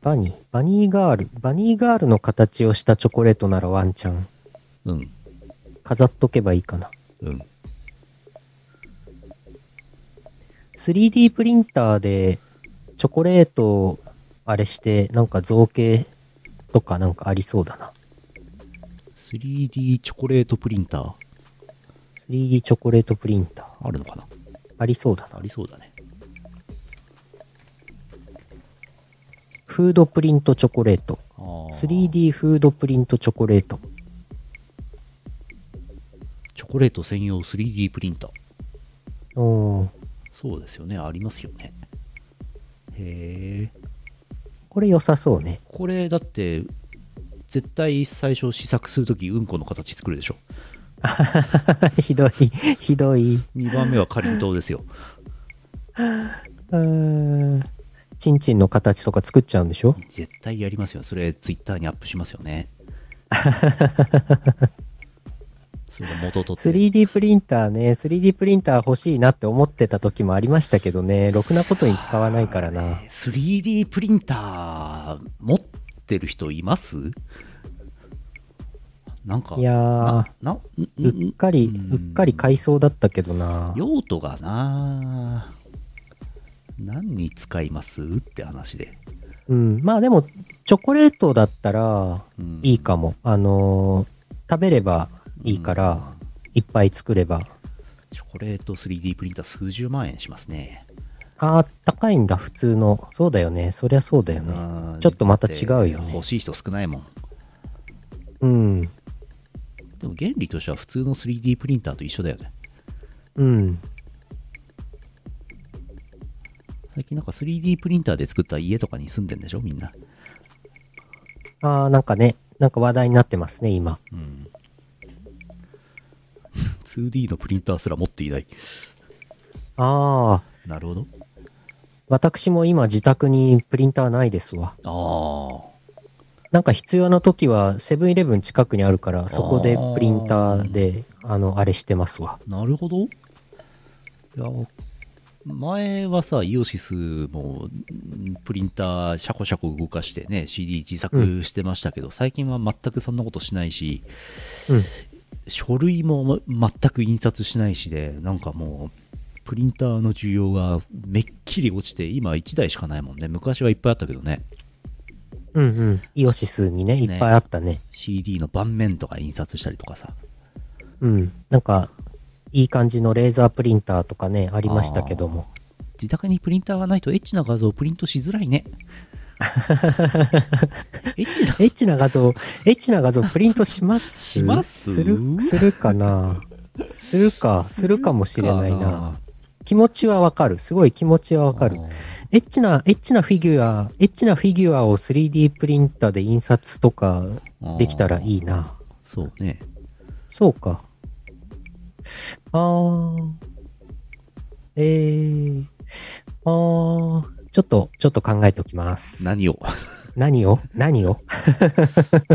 Speaker 2: バニー。バニーガール。バニーガールの形をしたチョコレートならワンチャン。
Speaker 1: うん
Speaker 2: 飾っとけばいいかな。
Speaker 1: うん
Speaker 2: 3D プリンターでチョコレートをあれして、なんか造形とかなんかありそうだな。
Speaker 1: 3D チョコレートプリンター
Speaker 2: 3D チョコレートプリンター。
Speaker 1: あるのかな
Speaker 2: ありそうだな。
Speaker 1: ありそうだね
Speaker 2: フードプリントチョコレート。
Speaker 1: あー
Speaker 2: 3D フードプリントチョコレート。
Speaker 1: チョコレート専用 3D プリンター
Speaker 2: おー
Speaker 1: そうですよねありますよねへえ
Speaker 2: これ良さそうね。
Speaker 1: これだって絶対最初試作するときうんこの形作るでしょ
Speaker 2: ひどい、ひどい。
Speaker 1: 2番目はかりんとうです よ
Speaker 2: うーん。ちんちんの形とか作っちゃうんでしょ
Speaker 1: 絶対やりますよそれツイッターにアップしますよね それが元取って
Speaker 2: 3D プリンターね、3D プリンター欲しいなって思ってた時もありましたけどね、ろくなことに使わないからな。
Speaker 1: 3D プリンター持ってる人いますなんか
Speaker 2: いやー
Speaker 1: ななんんん
Speaker 2: うっかり、
Speaker 1: うん
Speaker 2: うっかり買いそうだったけどな。
Speaker 1: 用途がな何に使いますって話で、
Speaker 2: うん。まあでも、チョコレートだったら
Speaker 1: うん
Speaker 2: いいかも。あのー食べればいいから、いっぱい作れば。
Speaker 1: チョコレート 3D プリンター数十万円しますね
Speaker 2: あー、高いんだ、普通の。そうだよね。そりゃそうだよね。
Speaker 1: あー
Speaker 2: ちょっとまた違うよね
Speaker 1: だって欲しい人少ないもん
Speaker 2: うん。
Speaker 1: でも原理としては普通の 3D プリンターと一緒だよね
Speaker 2: うん。
Speaker 1: 最近なんか 3D プリンターで作った家とかに住んでんでしょみんな
Speaker 2: あー、なんかね、なんか話題になってますね、今。
Speaker 1: うん 2D のプリンターすら持っていない
Speaker 2: あー、
Speaker 1: なるほど
Speaker 2: 私も今自宅にプリンターないですわ。
Speaker 1: ああ
Speaker 2: なんか必要な時はセブンイレブン近くにあるから、そこでプリンターで、あの、あれしてますわ。
Speaker 1: なるほどいや前はさイオシスもんプリンターシャコシャコ動かしてね CD 自作してましたけど、最近は全くそんなことしないし
Speaker 2: うん。
Speaker 1: 書類も全く印刷しないしでなんかもうプリンターの需要がめっきり落ちて今1台しかないもんね昔はいっぱいあったけどね
Speaker 2: うんうん。イオシスにね、いっぱいあったね
Speaker 1: CD の盤面とか印刷したりとかさ
Speaker 2: うん。なんか、いい感じのレーザープリンターとかね、ありましたけども。
Speaker 1: 自宅にプリンターがないとエッチな画像をプリントしづらいねエッチな
Speaker 2: エッチな画像、エッチな画像プリントします
Speaker 1: します
Speaker 2: する、するかなするか、するかもしれないな。気持ちはわかる。すごい気持ちはわかる
Speaker 1: あ。ー
Speaker 2: エッチな、エッチなフィギュア、エッチなフィギュアを 3D プリンターで印刷とかできたらいいな。
Speaker 1: そうね
Speaker 2: そうか。あー。えー。あー。ちょっと、ちょっと考えておきます。
Speaker 1: 何を
Speaker 2: 何を何を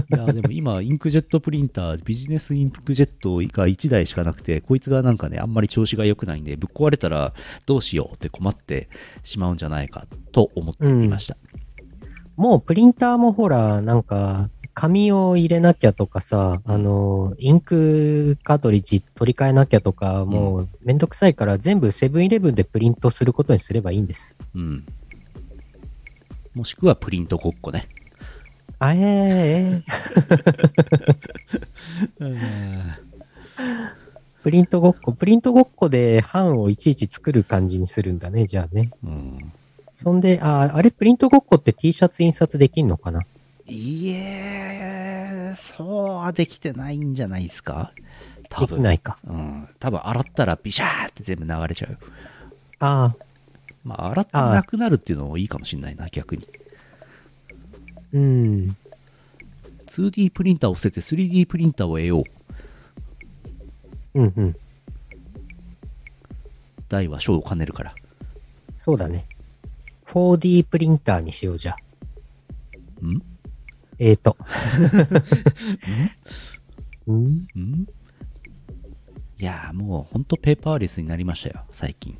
Speaker 1: いやでも今インクジェットプリンタービジネスインクジェットが1台しかなくてこいつがなんかねあんまり調子が良くないんでぶっ壊れたらどうしようって困ってしまうんじゃないかと思っていました、
Speaker 2: もうプリンターもほら、なんか、紙を入れなきゃとかさ、あの、インクカートリッジ取り替えなきゃとか、もうめんどくさいから全部セブンイレブンでプリントすることにすればいいんです。
Speaker 1: うんもしくはプリントごっこね
Speaker 2: あえーえー、 プリントごっこ、プリントごっこで版をいちいち作る感じにするんだね、じゃあね。
Speaker 1: うん
Speaker 2: そんで、あ、あれプリントごっこって T シャツ印刷できんのかな
Speaker 1: い
Speaker 2: い
Speaker 1: えそうはできてないんじゃないですか多
Speaker 2: でき
Speaker 1: 分
Speaker 2: ないか。
Speaker 1: うん、多分洗ったらビシャーって全部流れちゃう
Speaker 2: ああ、
Speaker 1: まあ洗ってなくなるっていうのもいいかもしれないな逆に
Speaker 2: うん。
Speaker 1: 2D プリンターを捨てて 3D プリンターを得よう
Speaker 2: うんうん。
Speaker 1: 大は小を兼ねるから
Speaker 2: そうだね。4D プリンターにしようじゃあ。
Speaker 1: ん
Speaker 2: えーと。 うん
Speaker 1: んいやーもうほんとペーパーレスになりましたよ最近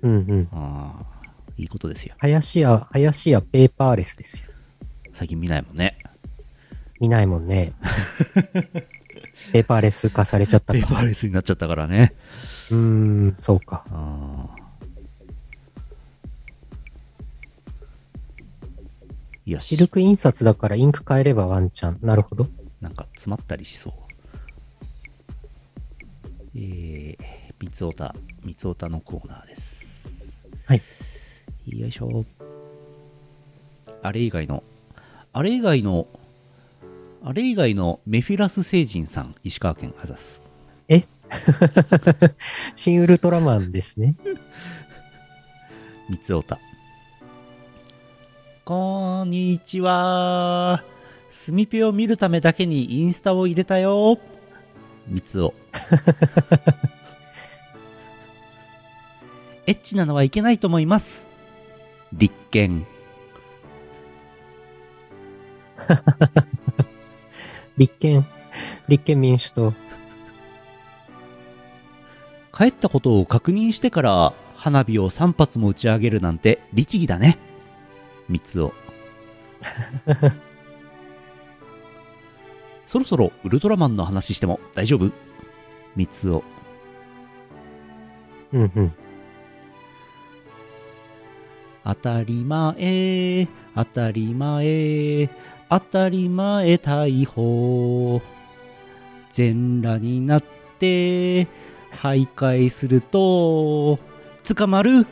Speaker 2: うんうん。
Speaker 1: ああいいことですよ
Speaker 2: 林家、林家ペーパーレスですよ。
Speaker 1: 最近見ないもんね
Speaker 2: 見ないもんね。ペーパーレス化されちゃった
Speaker 1: ペー
Speaker 2: か。
Speaker 1: パーレスになっちゃったからね
Speaker 2: うーん、そうか。
Speaker 1: ああいや
Speaker 2: シルク印刷だからインク変えればワンチャン。なるほど。
Speaker 1: なんか詰まったりしそう。えー、三つおた、三つおたのコーナーです。
Speaker 2: はい。
Speaker 1: よいしょ。あれ以外の、あれ以外の、あれ以外のメフィラス星人さん、石川県アザス。
Speaker 2: え新ウルトラマンですね。
Speaker 1: 三つおた。こんにちは。スミペを見るためだけにインスタを入れたよ。三つお。エッチなのはいけないと思います。立憲。
Speaker 2: 立憲、立憲民主党。
Speaker 1: 帰ったことを確認してから花火を3発も打ち上げるなんて律儀だね三つおそろそろウルトラマンの話しても大丈夫三つお
Speaker 2: うんうん。
Speaker 1: 当たり前当たり前当たり前逮捕全裸になって徘徊すると捕まる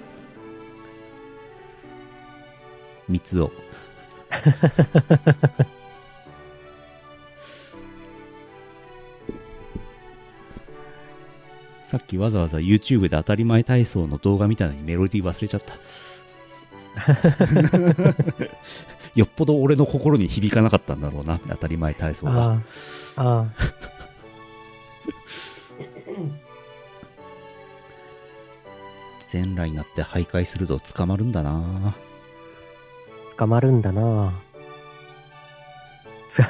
Speaker 1: 三つを。 さっきわざわざ YouTube で当たり前体操の動画みたいなのにメロディー忘れちゃった。 よっぽど俺の心に響かなかったんだろうな、当たり前体操が。
Speaker 2: ああ。ああ。
Speaker 1: 全裸になって徘徊すると捕まるんだな
Speaker 2: 捕まるんだな つ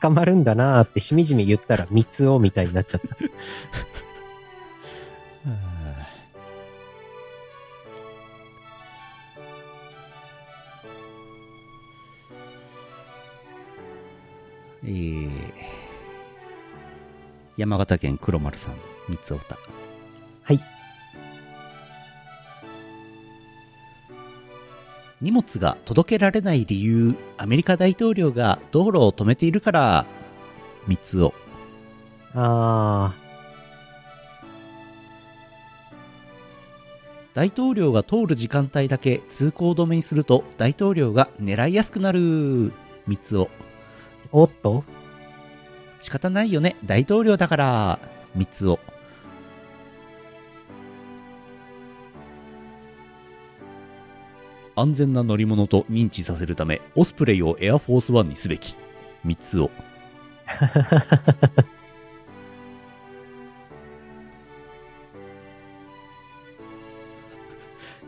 Speaker 2: 捕まるんだなってしみじみ言ったら三つをみたいになっちゃった。
Speaker 1: えー山形県黒丸さん、三つおた。
Speaker 2: はい。
Speaker 1: 荷物が届けられない理由、アメリカ大統領が道路を止めているから、三つお。
Speaker 2: あ
Speaker 1: 大統領が通る時間帯だけ通行止めにすると大統領が狙いやすくなる三つを
Speaker 2: あ。おっと
Speaker 1: 仕方ないよね大統領だから三つを安全な乗り物と認知させるためオスプレイをエアフォースワンにすべき三つを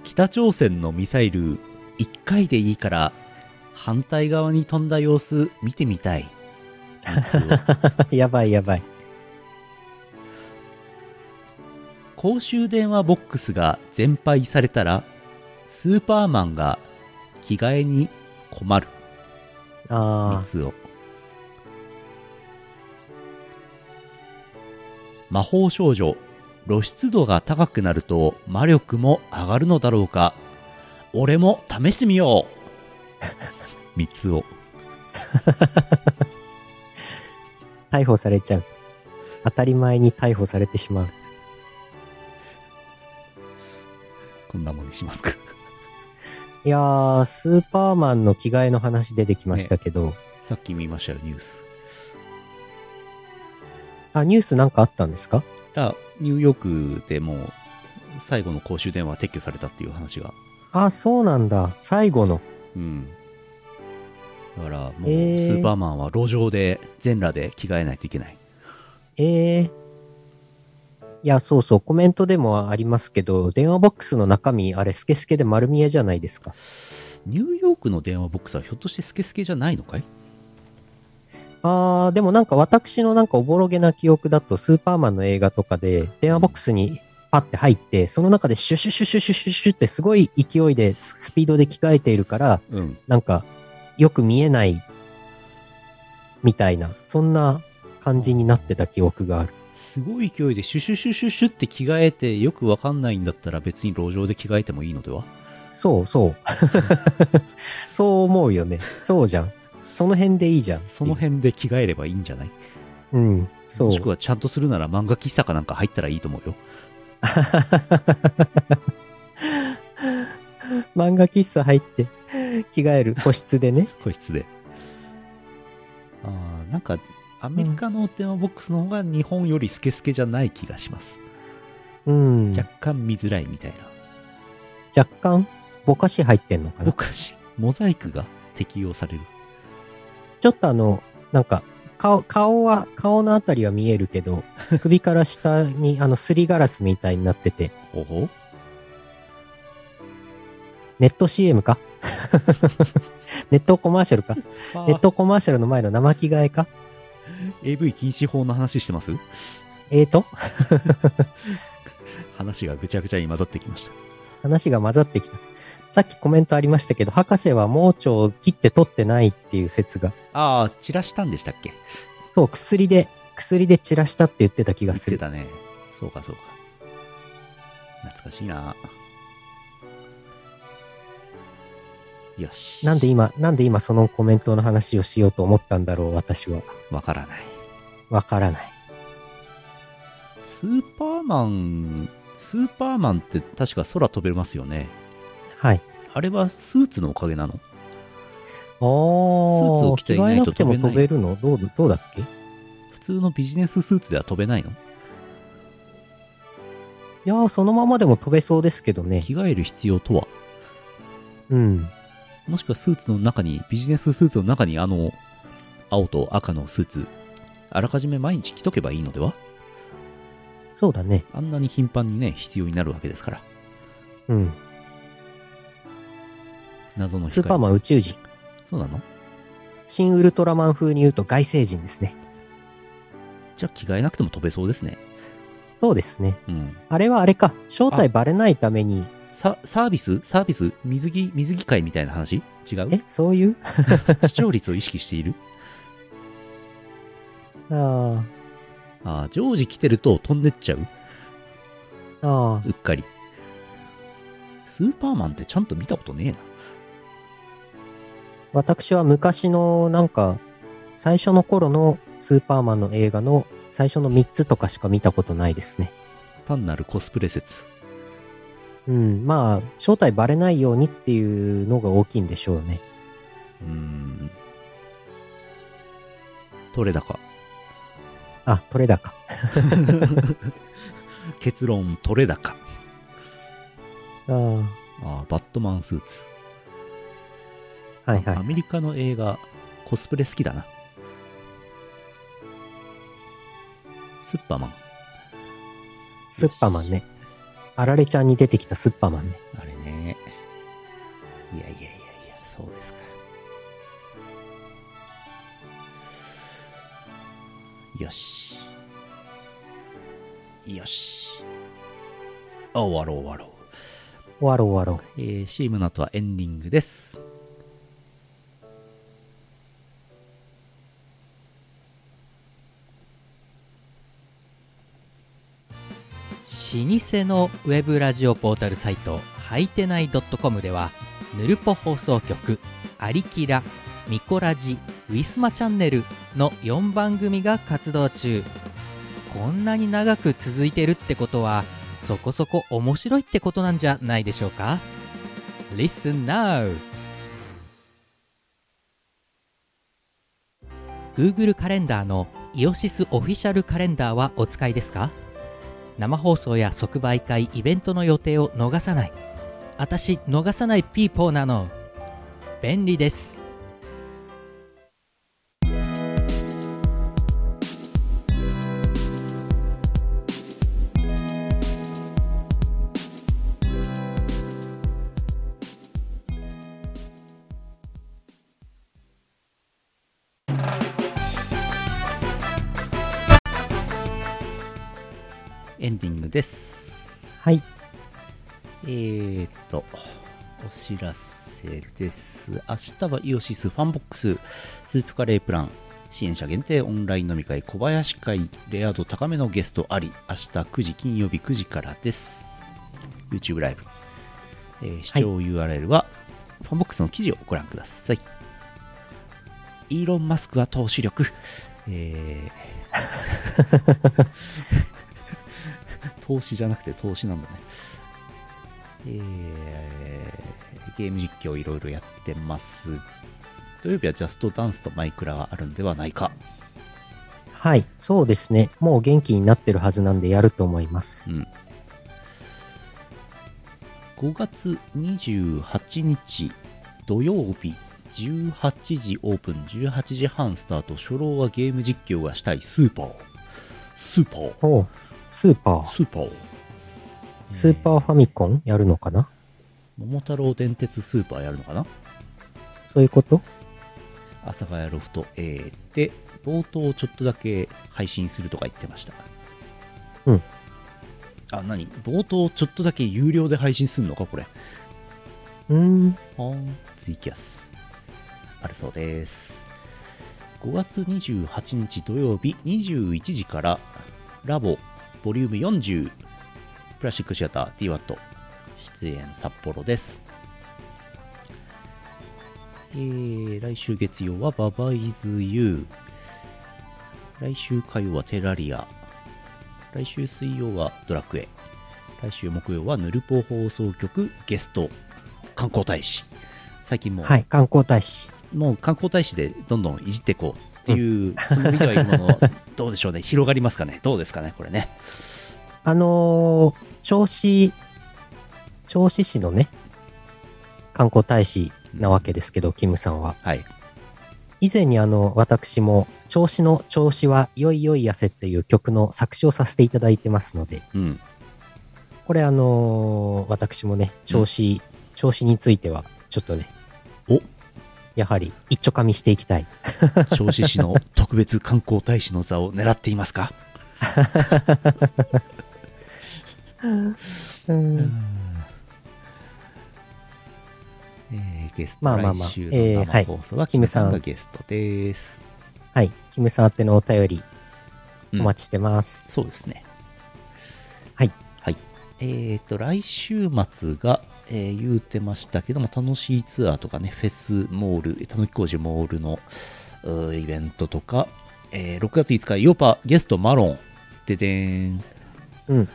Speaker 1: 北朝鮮のミサイル1回でいいから反対側に飛んだ様子見てみたい三つを
Speaker 2: やばいやばい。
Speaker 1: 公衆電話ボックスが全廃されたらスーパーマンが着替えに困る
Speaker 2: あ
Speaker 1: 三つを魔法少女露出度が高くなると魔力も上がるのだろうか俺も試してみよう 三つを
Speaker 2: あ。逮捕されちゃう。当たり前に逮捕されてしまう。
Speaker 1: こんなもんにしますか
Speaker 2: いやー、スーパーマンの着替えの話出てきましたけど、
Speaker 1: さっき見ましたよニュース
Speaker 2: あ、ニュースなんかあったんですか
Speaker 1: いやニューヨークでもう最後の公衆電話撤去されたっていう話が
Speaker 2: あ、そうなんだ。最後の。
Speaker 1: うん。だから、もう、ス
Speaker 2: えー
Speaker 1: ーパーマンは路上で、全裸で着替えないといけない。
Speaker 2: ええいや、そうそう、コメントでもありますけど、電話ボックスの中身、あれ、スケスケで丸見えじゃないですか。
Speaker 1: ニューヨークの電話ボックスは、ひょっとしてスケスケじゃないのかい
Speaker 2: あー、でもなんか私のなんかおぼろげな記憶だと、スーパーマンの映画とかで、電話ボックスにパッて入って、その中でシュシュシュシュシュシュシュってすごい勢いで、ススピードで着替えているから、
Speaker 1: うん。
Speaker 2: なんか、よく見えない、みたいな、そんな感じになってた記憶がある。
Speaker 1: すごい勢いで、シュシュシュシュシュって着替えて、よくわかんないんだったら、別に路上で着替えてもいいのでは
Speaker 2: そうそう。 そう思うよね。そうじゃん。その辺でいいじゃん。
Speaker 1: その。辺で着替えればいいんじゃない
Speaker 2: うん。そう
Speaker 1: もし。くは、ちゃんとするなら、漫画喫茶かなんか入ったらいいと思うよ。
Speaker 2: 漫画喫茶入って、着替える個室でね。
Speaker 1: 個室で。あーなんか、アメリカの電話ボックスの方が、日本よりスケスケじゃない気がします。
Speaker 2: うん。
Speaker 1: 若干見づらいみたいな。
Speaker 2: 若干、ぼかし入ってんのか
Speaker 1: ぼ
Speaker 2: な。
Speaker 1: かし、モザイクが適用される。
Speaker 2: ちょっとあの、なんか、顔、顔は、顔のあたりは見えるけど、首から下に、あの、すりガラスみたいになってて、
Speaker 1: ほほ
Speaker 2: ネット CM か ネットコマーシャルかネットコマーシャルの前の生着替えか
Speaker 1: AV 禁止法の話してます
Speaker 2: えーと、
Speaker 1: 話がぐちゃぐちゃに混ざってきました。
Speaker 2: 話が混ざってきた。さっきコメントありましたけど、博士は盲腸を切って取ってないっていう説が。
Speaker 1: ああ、散らしたんでしたっけ
Speaker 2: そう、薬で、薬で散らしたって言ってた気
Speaker 1: 言
Speaker 2: が
Speaker 1: っ
Speaker 2: す
Speaker 1: て
Speaker 2: る。
Speaker 1: たね。そうかそうか。懐かしいな。よし。
Speaker 2: なんで今、なんで今そのコメントの話をしようと思ったんだろう、私は。
Speaker 1: わからない。
Speaker 2: わからない。
Speaker 1: スーパーマン、スーパーマンって確か空飛べますよね。
Speaker 2: はい。
Speaker 1: あれはスーツのおかげなの
Speaker 2: あー
Speaker 1: スーツを着ていないと
Speaker 2: 着替えなくても
Speaker 1: 飛
Speaker 2: 飛
Speaker 1: べ
Speaker 2: べるのどうどうだっけい
Speaker 1: 普通のビジネススーツでは飛べないの
Speaker 2: やー、そのままでも飛べそうですけどね。
Speaker 1: 着替える必要とは
Speaker 2: うん。
Speaker 1: もしくはスーツの中に、ビジネススーツの中にあの、青と赤のスーツ、あらかじめ毎日着とけばいいのでは
Speaker 2: そうだね。
Speaker 1: あんなに頻繁にね、必要になるわけですから。
Speaker 2: うん。
Speaker 1: 謎の
Speaker 2: ス
Speaker 1: 光。
Speaker 2: ーパーマン宇宙人。
Speaker 1: そうなの
Speaker 2: 新ウルトラマン風に言うと外星人ですね。
Speaker 1: じゃあ着替えなくても飛べそうですね。
Speaker 2: そうですね。
Speaker 1: うん。
Speaker 2: あれはあれか。正体バレないために、
Speaker 1: さ、サービスサービス水着、水着会みたいな話違う
Speaker 2: え、そういう
Speaker 1: 視聴率を意識している
Speaker 2: あ
Speaker 1: ああ、常時着てると飛んでっちゃう
Speaker 2: あ、ああ、
Speaker 1: うっかり。スーパーマンってちゃんと見たことねえな。
Speaker 2: 私は昔のなんか、最初の頃のスーパーマンの映画の最初の3つとかしか見たことないですね。
Speaker 1: 単なるコスプレ説。
Speaker 2: うん、まあ、正体バレないようにっていうのが大きいんでしょうね。
Speaker 1: うーん。取れ高。
Speaker 2: あ、取れ高。
Speaker 1: 結論、取れ高。
Speaker 2: ああ、
Speaker 1: ああ、バットマンスーツ。
Speaker 2: はいは
Speaker 1: ア
Speaker 2: い。
Speaker 1: メリカの映画、コスプレ好きだな。スッパーマン。
Speaker 2: スッパーマンね。あられちゃんに出てきたスッパーマンね。
Speaker 1: あれね。いやいやいやいや、そうですか。よし。よし。あ、終わろう終わろう。
Speaker 2: 終わろう終わろ
Speaker 1: えー、CM の後はエンディングです。
Speaker 4: 老舗のウェブラジオポータルサイトはいてない .com ではぬるぽ放送局「アリキラ」「ミコラジ」「ウィスマチャンネル」の4番組が活動中こんなに長く続いてるってことはそこそこ面白いってことなんじゃないでしょうか Listen now! Google カレンダーのイオシスオフィシャルカレンダーはお使いですか生放送や即売会イベントの予定を逃さない私逃さないピーポーなの便利です
Speaker 1: エンディングです。
Speaker 2: う。はい。
Speaker 1: えー、っと、お知らせです。明日はイオシスファンボックス、スープカレープラン、支援者限定オンライン飲み会、小林会、レア度高めのゲストあり、明日9時、金曜日9時からです。YouTube ライブ。えー視聴 URL は、ファンボックスの記事をご覧ください。イーロン・マスクは投資力。えー 投資じゃなくて投資なんだね。えーゲーム実況いろいろやってます。土曜日はジャストダンスとマイクラはあるんではないか。
Speaker 2: はい。そうですね。もう元気になってるはずなんでやると思います。
Speaker 1: うん。5月28日土曜日18時オープン、18時半スタート、初老はゲーム実況がしたいスーパー。スーパー。
Speaker 2: おうスーパー。
Speaker 1: スーパー。
Speaker 2: スーパーファミコンやるのかな
Speaker 1: 桃太郎電鉄スーパーやるのかな
Speaker 2: そういうこと
Speaker 1: 阿佐ヶ谷ロフト A で冒頭ちょっとだけ配信するとか言ってました
Speaker 2: うん
Speaker 1: あ何冒頭ちょっとだけ有料で配信するのかこれ
Speaker 2: うーん。
Speaker 1: ツイキャスあるそうです5月28日土曜日21時からラボボリューム40プラスチックシアター DWAT 出演札幌ですえー来週月曜はババイズユー来週火曜はテラリア来週水曜はドラクエ来週木曜はヌルポ放送局ゲスト観光大使最近もう,、
Speaker 2: はい、観光大使。
Speaker 1: もう観光大使でどんどんいじっていこうっていうつもりではいるもののどうでしょうね広がりますかねどうですかねこれね
Speaker 2: あのー、銚子、銚子市のね、観光大使なわけですけど、キムさんは。
Speaker 1: はい
Speaker 2: 以前にあの、私も、調子の調子は、よいよい痩せっていう曲の作詞をさせていただいてますので、
Speaker 1: うん
Speaker 2: これあのー私もね、調子、調子については、ちょっとね、
Speaker 1: お
Speaker 2: やはり、一丁噛みしていきたい。
Speaker 1: 銚子市の特別観光大使の座を狙っていますか
Speaker 2: うん、
Speaker 1: えーゲスト
Speaker 2: まあまあ
Speaker 1: 来
Speaker 2: まあ
Speaker 1: 週
Speaker 2: えー
Speaker 1: の
Speaker 2: は
Speaker 1: 生
Speaker 2: い
Speaker 1: 放送はキ
Speaker 2: キ
Speaker 1: ム
Speaker 2: ム
Speaker 1: さ
Speaker 2: さん
Speaker 1: んがゲストです、
Speaker 2: はい、キムさん宛てのお便り、お
Speaker 1: うん
Speaker 2: 待ちしてます。
Speaker 1: そうですね
Speaker 2: はい
Speaker 1: はいえっ、と来週末が、えー言うてましたけども楽しいツアーとかねフェスモールたぬき工事モールのうーイベントとか、えー6月5日ヨーパゲストマロンででーん
Speaker 2: うん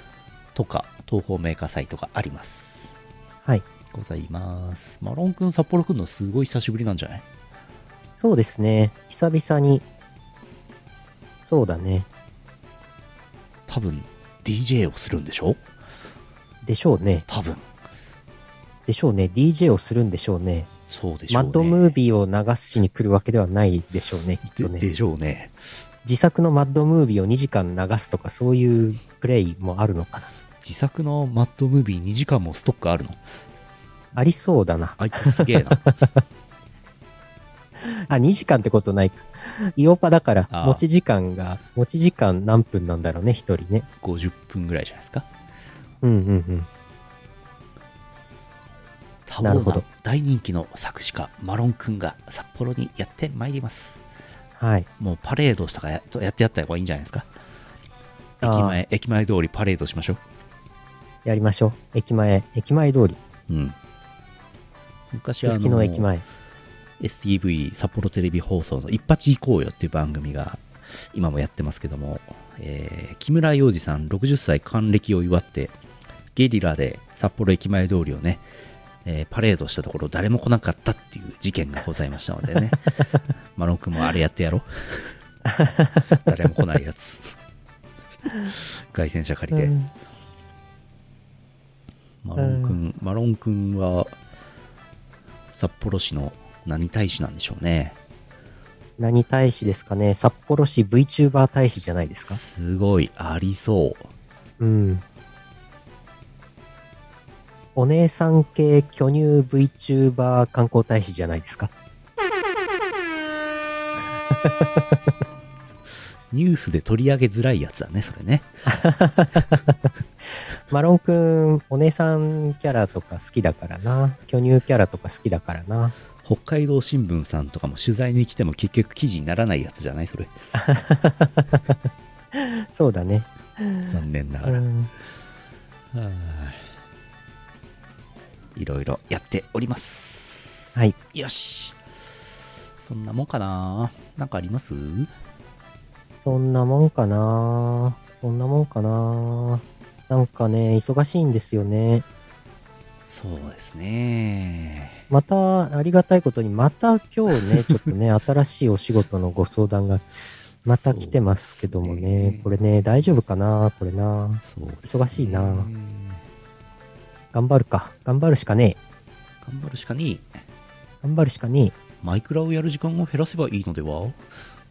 Speaker 1: とか東方メーカー祭とかあります
Speaker 2: はい。
Speaker 1: ございますマロンくん札幌くんのすごい久しぶりなんじゃない
Speaker 2: そうですね、久々に、そうだね、
Speaker 1: 多分 DJ をするんでしょ
Speaker 2: でしょうね、
Speaker 1: 多分
Speaker 2: でしょうね、DJ をするんでしょうね。
Speaker 1: そうでしょう
Speaker 2: マ
Speaker 1: ね
Speaker 2: ッドムービーを流しに来るわけではないでしょうね、きっと
Speaker 1: で
Speaker 2: ね
Speaker 1: で。しょうね
Speaker 2: 自作のマッドムービーを2時間流すとか、そういうプレイもあるのかな。
Speaker 1: 自作のマッドムービー2時間もストックあるの
Speaker 2: ありそうだな。
Speaker 1: あいつすげえ な
Speaker 2: あ、2時間ってことないか。イオパだから、
Speaker 1: ああ
Speaker 2: 持ち時間が、持ち時間何分なんだろうね、1人ね。
Speaker 1: 50分ぐらいじゃないですか
Speaker 2: うんうんうん。
Speaker 1: 多
Speaker 2: なる
Speaker 1: 忙
Speaker 2: ほ
Speaker 1: な
Speaker 2: ど
Speaker 1: 大人気の作詞家マロンくんが札幌にやってまいります
Speaker 2: はい。
Speaker 1: もうパレードしたかややってやった方がいいんじゃないですか駅
Speaker 2: あー
Speaker 1: 前駅前通りパレードしましょ
Speaker 2: やりましょう。駅前、駅前通り。
Speaker 1: ううん昔
Speaker 2: すすきの駅前。
Speaker 1: STV 札幌テレビ放送の「一発行こうよ」っていう番組が今もやってますけども、えー木村洋二さん60歳還暦を祝ってゲリラで札幌駅前通りをね、えーパレードしたところ誰も来なかったっていう事件がございましたので ねマロン君もあれやってやろう誰も来ないやつ外旋車借りて、
Speaker 2: うん
Speaker 1: マロン君、マロン君は札幌市の何大使なんでしょうね
Speaker 2: 何大使ですかね札幌市 VTuber 大使じゃないですか
Speaker 1: すごいありそう
Speaker 2: うん。お姉さん系巨乳 VTuber 観光大使じゃないですか
Speaker 1: ニュースで取り上げづらいやつだねそれね
Speaker 2: マロンくん、お姉さんキャラとか好きだからな。巨乳キャラとか好きだからな。
Speaker 1: 北海道新聞さんとかも取材に来ても結局記事にならないやつじゃないそれ
Speaker 2: そうだね。
Speaker 1: 残念なが
Speaker 2: う
Speaker 1: ら、
Speaker 2: ん。
Speaker 1: はいいろいろやっております
Speaker 2: はい
Speaker 1: よしそんなもんかななんかあります
Speaker 2: そんなもんかな。そんなもんかな。なんかね、忙しいんですよね。
Speaker 1: そうですね
Speaker 2: また、ありがたいことに、また今日 ね、ちょっとね、新しいお仕事のご相談がまた来てますけども
Speaker 1: そうです
Speaker 2: ね
Speaker 1: ね、
Speaker 2: これね、大丈夫かな、これな。
Speaker 1: そうですね
Speaker 2: 忙しいな頑張るか。頑張るしかねえ。
Speaker 1: 頑張るしかに
Speaker 2: 頑張るしかね
Speaker 1: マイクラをやる時間を減らせばいいのでは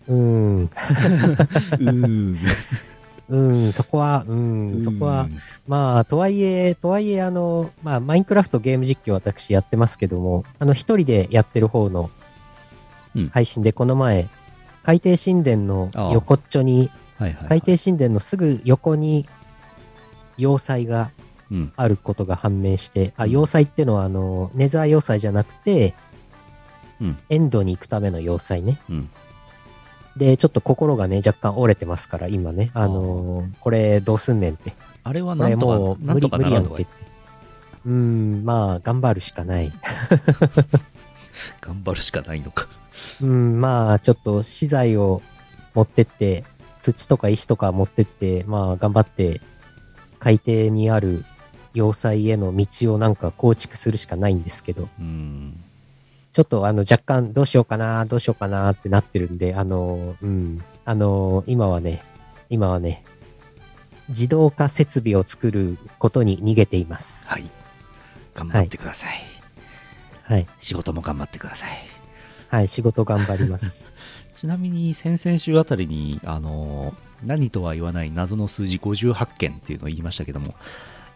Speaker 2: え。うーん。
Speaker 1: うーん
Speaker 2: うーん、そこは、うー ん、そこは
Speaker 1: うー、ん
Speaker 2: まあ、とはいえ、とはいえ、あの、まあ、マインクラフトゲーム実況私やってますけども、あの、一人でやってる方の
Speaker 1: うん
Speaker 2: 配信で、この前、海底神殿の
Speaker 1: ああ
Speaker 2: 横っちょに、
Speaker 1: はいはい、はい、
Speaker 2: 海底神殿のすぐ横に、要塞が
Speaker 1: うん
Speaker 2: あることが判明して、あ、
Speaker 1: うん
Speaker 2: 要塞ってのは、あの、ネザー要塞じゃなくて、
Speaker 1: うん
Speaker 2: エンドに行くための要塞ね。
Speaker 1: うん
Speaker 2: で、ちょっと心がね、若干折れてますから、今ね、あのーこれどうすんねんって。
Speaker 1: あれは
Speaker 2: こ
Speaker 1: な
Speaker 2: れ
Speaker 1: ん
Speaker 2: も
Speaker 1: と
Speaker 2: う
Speaker 1: か、な
Speaker 2: 無
Speaker 1: んと
Speaker 2: 理
Speaker 1: か
Speaker 2: 無
Speaker 1: な
Speaker 2: 理や
Speaker 1: らん
Speaker 2: ん
Speaker 1: のか
Speaker 2: けっ
Speaker 1: い
Speaker 2: て。うーん、まあ、頑張るしかない。
Speaker 1: 頑張るしかないのか。
Speaker 2: うん、まあ、ちょっと資材を持ってって、土とか石とか持ってって、まあ、頑張って、海底にある要塞への道をなんか構築するしかないんですけど、
Speaker 1: うん
Speaker 2: ちょっとあの若干どうしようかな、どうしようかなってなってるんで、あの、うん、あの、今はね、今はね、自動化設備を作ることに逃げています。
Speaker 1: はい頑張ってください、
Speaker 2: はい。
Speaker 1: 仕事も頑張ってください
Speaker 2: はい、仕事頑張ります。
Speaker 1: ちなみに先々週あたりにあの何とは言わない謎の数字58件っていうのを言いましたけども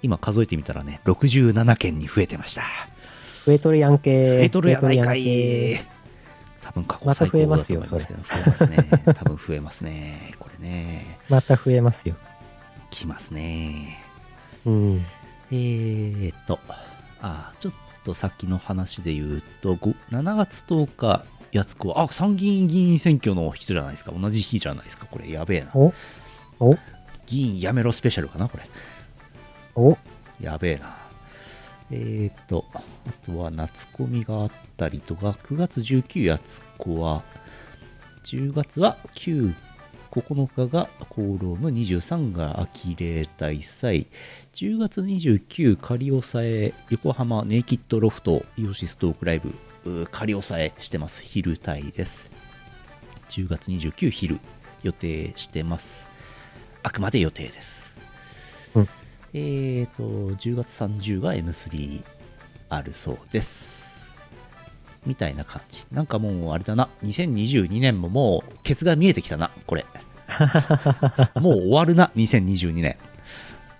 Speaker 1: 今数えてみたらね67件に増えてました
Speaker 2: ウェイトリアン系。
Speaker 1: 増えとるやないか
Speaker 2: ウェイ
Speaker 1: い
Speaker 2: トリアン系
Speaker 1: 多分過去最高だと思いますけど増えますね多分増えますねこれね
Speaker 2: また増えますよ。
Speaker 1: きますね
Speaker 2: うん。
Speaker 1: えー、っと、あーちょっと先の話で言うと、ご7月10日、やつこは、あ、参議院議員選挙の日じゃないですか。同じ日じゃないですか。これ、やべえな。
Speaker 2: おお
Speaker 1: 議員やめろスペシャルかな、これ。
Speaker 2: お
Speaker 1: やべえな。えー、っと、あとは夏コミがあったりとか、9月19やつこは、10月は9、9日がコールーム、23が秋霊大祭、10月29仮押さえ、横浜ネイキッドロフト、イオシストークライブ、うー仮押さえしてます。昼帯です。10月29昼、予定してます。あくまで予定です。
Speaker 2: うん
Speaker 1: えーと、10月30が M3 あるそうです。みたいな感じ。なんかもうあれだな、2022年ももう、ケツが見えてきたな、こ れ。もう終わるな、2022年。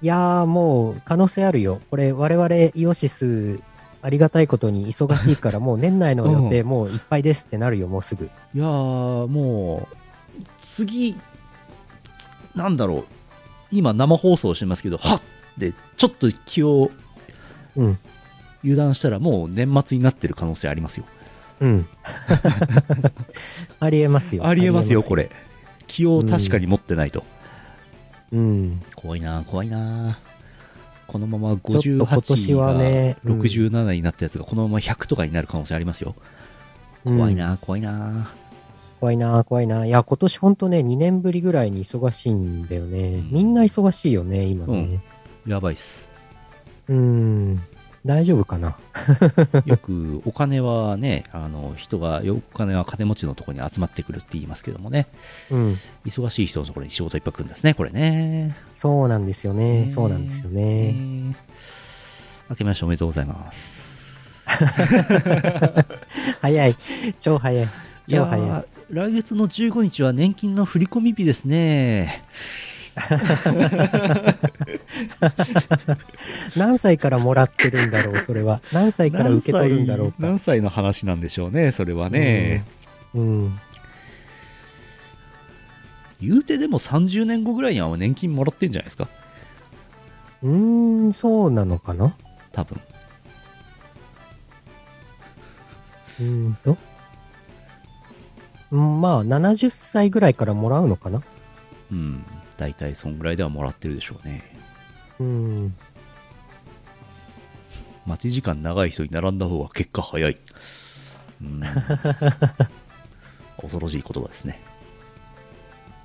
Speaker 2: いやー、もう可能性あるよ。これ、我々イオシス、ありがたいことに忙しいから、もう年内の予定、もういっぱいですってなるよ、もうすぐ。
Speaker 1: いやー、もう、次、なんだろう、今生放送してますけど、はっでちょっと気を
Speaker 2: うん。
Speaker 1: 油断したら、もう年末になってる可能性ありますよ。
Speaker 2: うん。 ありえますよ。
Speaker 1: ありえますよ、これ。気を確かに持ってないと。
Speaker 2: れ。うん。
Speaker 1: 怖いなー、怖いなー。このまま
Speaker 2: ちょっと今
Speaker 1: 58
Speaker 2: 年は
Speaker 1: が
Speaker 2: ねうん
Speaker 1: 67になったやつがこのまま100とかになる可能性ありますよ。怖いなー、怖いな
Speaker 2: 怖いな、怖いな。いや、今年ほんとね、2年ぶりぐらいに忙しいんだよね。みんな忙しいよね、今ね。
Speaker 1: ー。やばいっ す。
Speaker 2: うん。大丈夫かな。
Speaker 1: よくお金はね、あの人が、よお金は金持ちのところに集まってくるって言いますけどもね、
Speaker 2: うん。
Speaker 1: 忙しい人のところに仕事いっぱい来るんですね、これね。
Speaker 2: そうなんですよね。
Speaker 1: ね
Speaker 2: そうなんですよ
Speaker 1: え
Speaker 2: ね。
Speaker 1: ー明けましておめでとうございます。
Speaker 2: 早い。超早い。
Speaker 1: いや
Speaker 2: 超早い。
Speaker 1: ー来月の15日は年金の振り込み日ですね。
Speaker 2: 何歳からもらってるん だろう、それは。何歳から受け取るんだろう
Speaker 1: 何歳
Speaker 2: か。
Speaker 1: 何歳の話なんでしょうね、それはね。
Speaker 2: うん。
Speaker 1: 言うてでも30年後ぐらいにはもう年金もらってんじゃないですか、
Speaker 2: うーん、そうなのかな
Speaker 1: 多分
Speaker 2: うーんと。うんまあ、70歳ぐらいからもらうのかな
Speaker 1: うん、大体そんぐらいではもらってるでしょうね。
Speaker 2: うん。
Speaker 1: 待ち時間長い人に並んだ方が結果早い。うー ん恐ろしい言葉ですね。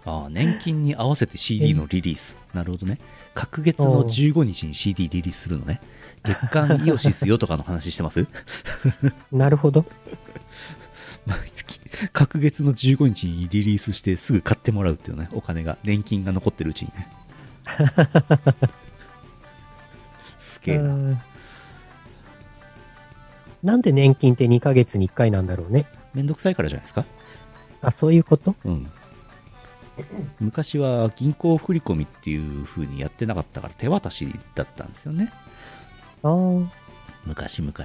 Speaker 1: ああ、年金に合わせて CD のリリース。なるほどね。隔月の15日に CD リリースするのね。月間イオシスよとかの話してます
Speaker 2: なるほど。
Speaker 1: 毎月。隔月の15日にリリースしてすぐ買ってもらうっていうね。お金が、年金が残ってるうち にね。すげえな。
Speaker 2: うんなんで年金って2ヶ月に1回なんだろうね。
Speaker 1: めんどくさいからじゃないですか
Speaker 2: あ、そういうこと
Speaker 1: うん、昔は銀行振り込みっていう風にやってなかったから手渡しだったんですよね
Speaker 2: ああ。
Speaker 1: 昔々は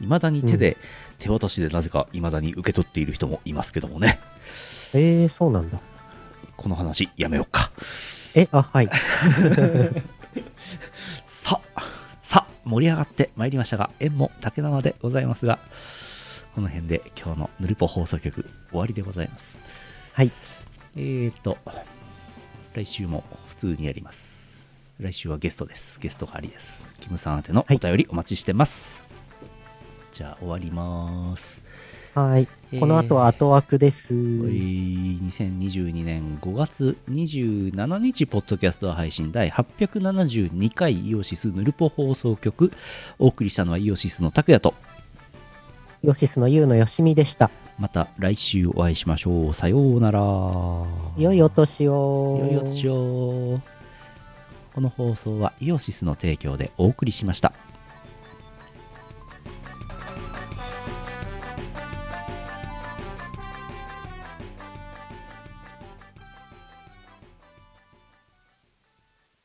Speaker 1: 未だに手で、手渡しでなぜか未だに受け取っている人もいますけどもね
Speaker 2: ええそうなんだ。
Speaker 1: この話やめようか
Speaker 2: え、あ、はい。
Speaker 1: さあさあ盛り上がってまいりましたが縁も竹縄でございますがこの辺で今日のぬるぽ放送局終わりでございます
Speaker 2: はい。
Speaker 1: えーと来週も普通にやります来週はゲストですゲストがありですキムさん宛てのお便りお待ちしてます、じゃあ終わります
Speaker 2: はい。この後は後枠です。
Speaker 1: はい2022年5月27日、ポッドキャスト配信第872回イオシスヌルポ放送局。お送りしたのはイオシスの拓也と、
Speaker 2: ヨシスのユウのよしみでした。
Speaker 1: また来週お会いしましょう。さようなら。
Speaker 2: 良いお年を。
Speaker 1: 良いお年を。この放送はイオシスの提供でお送りしました。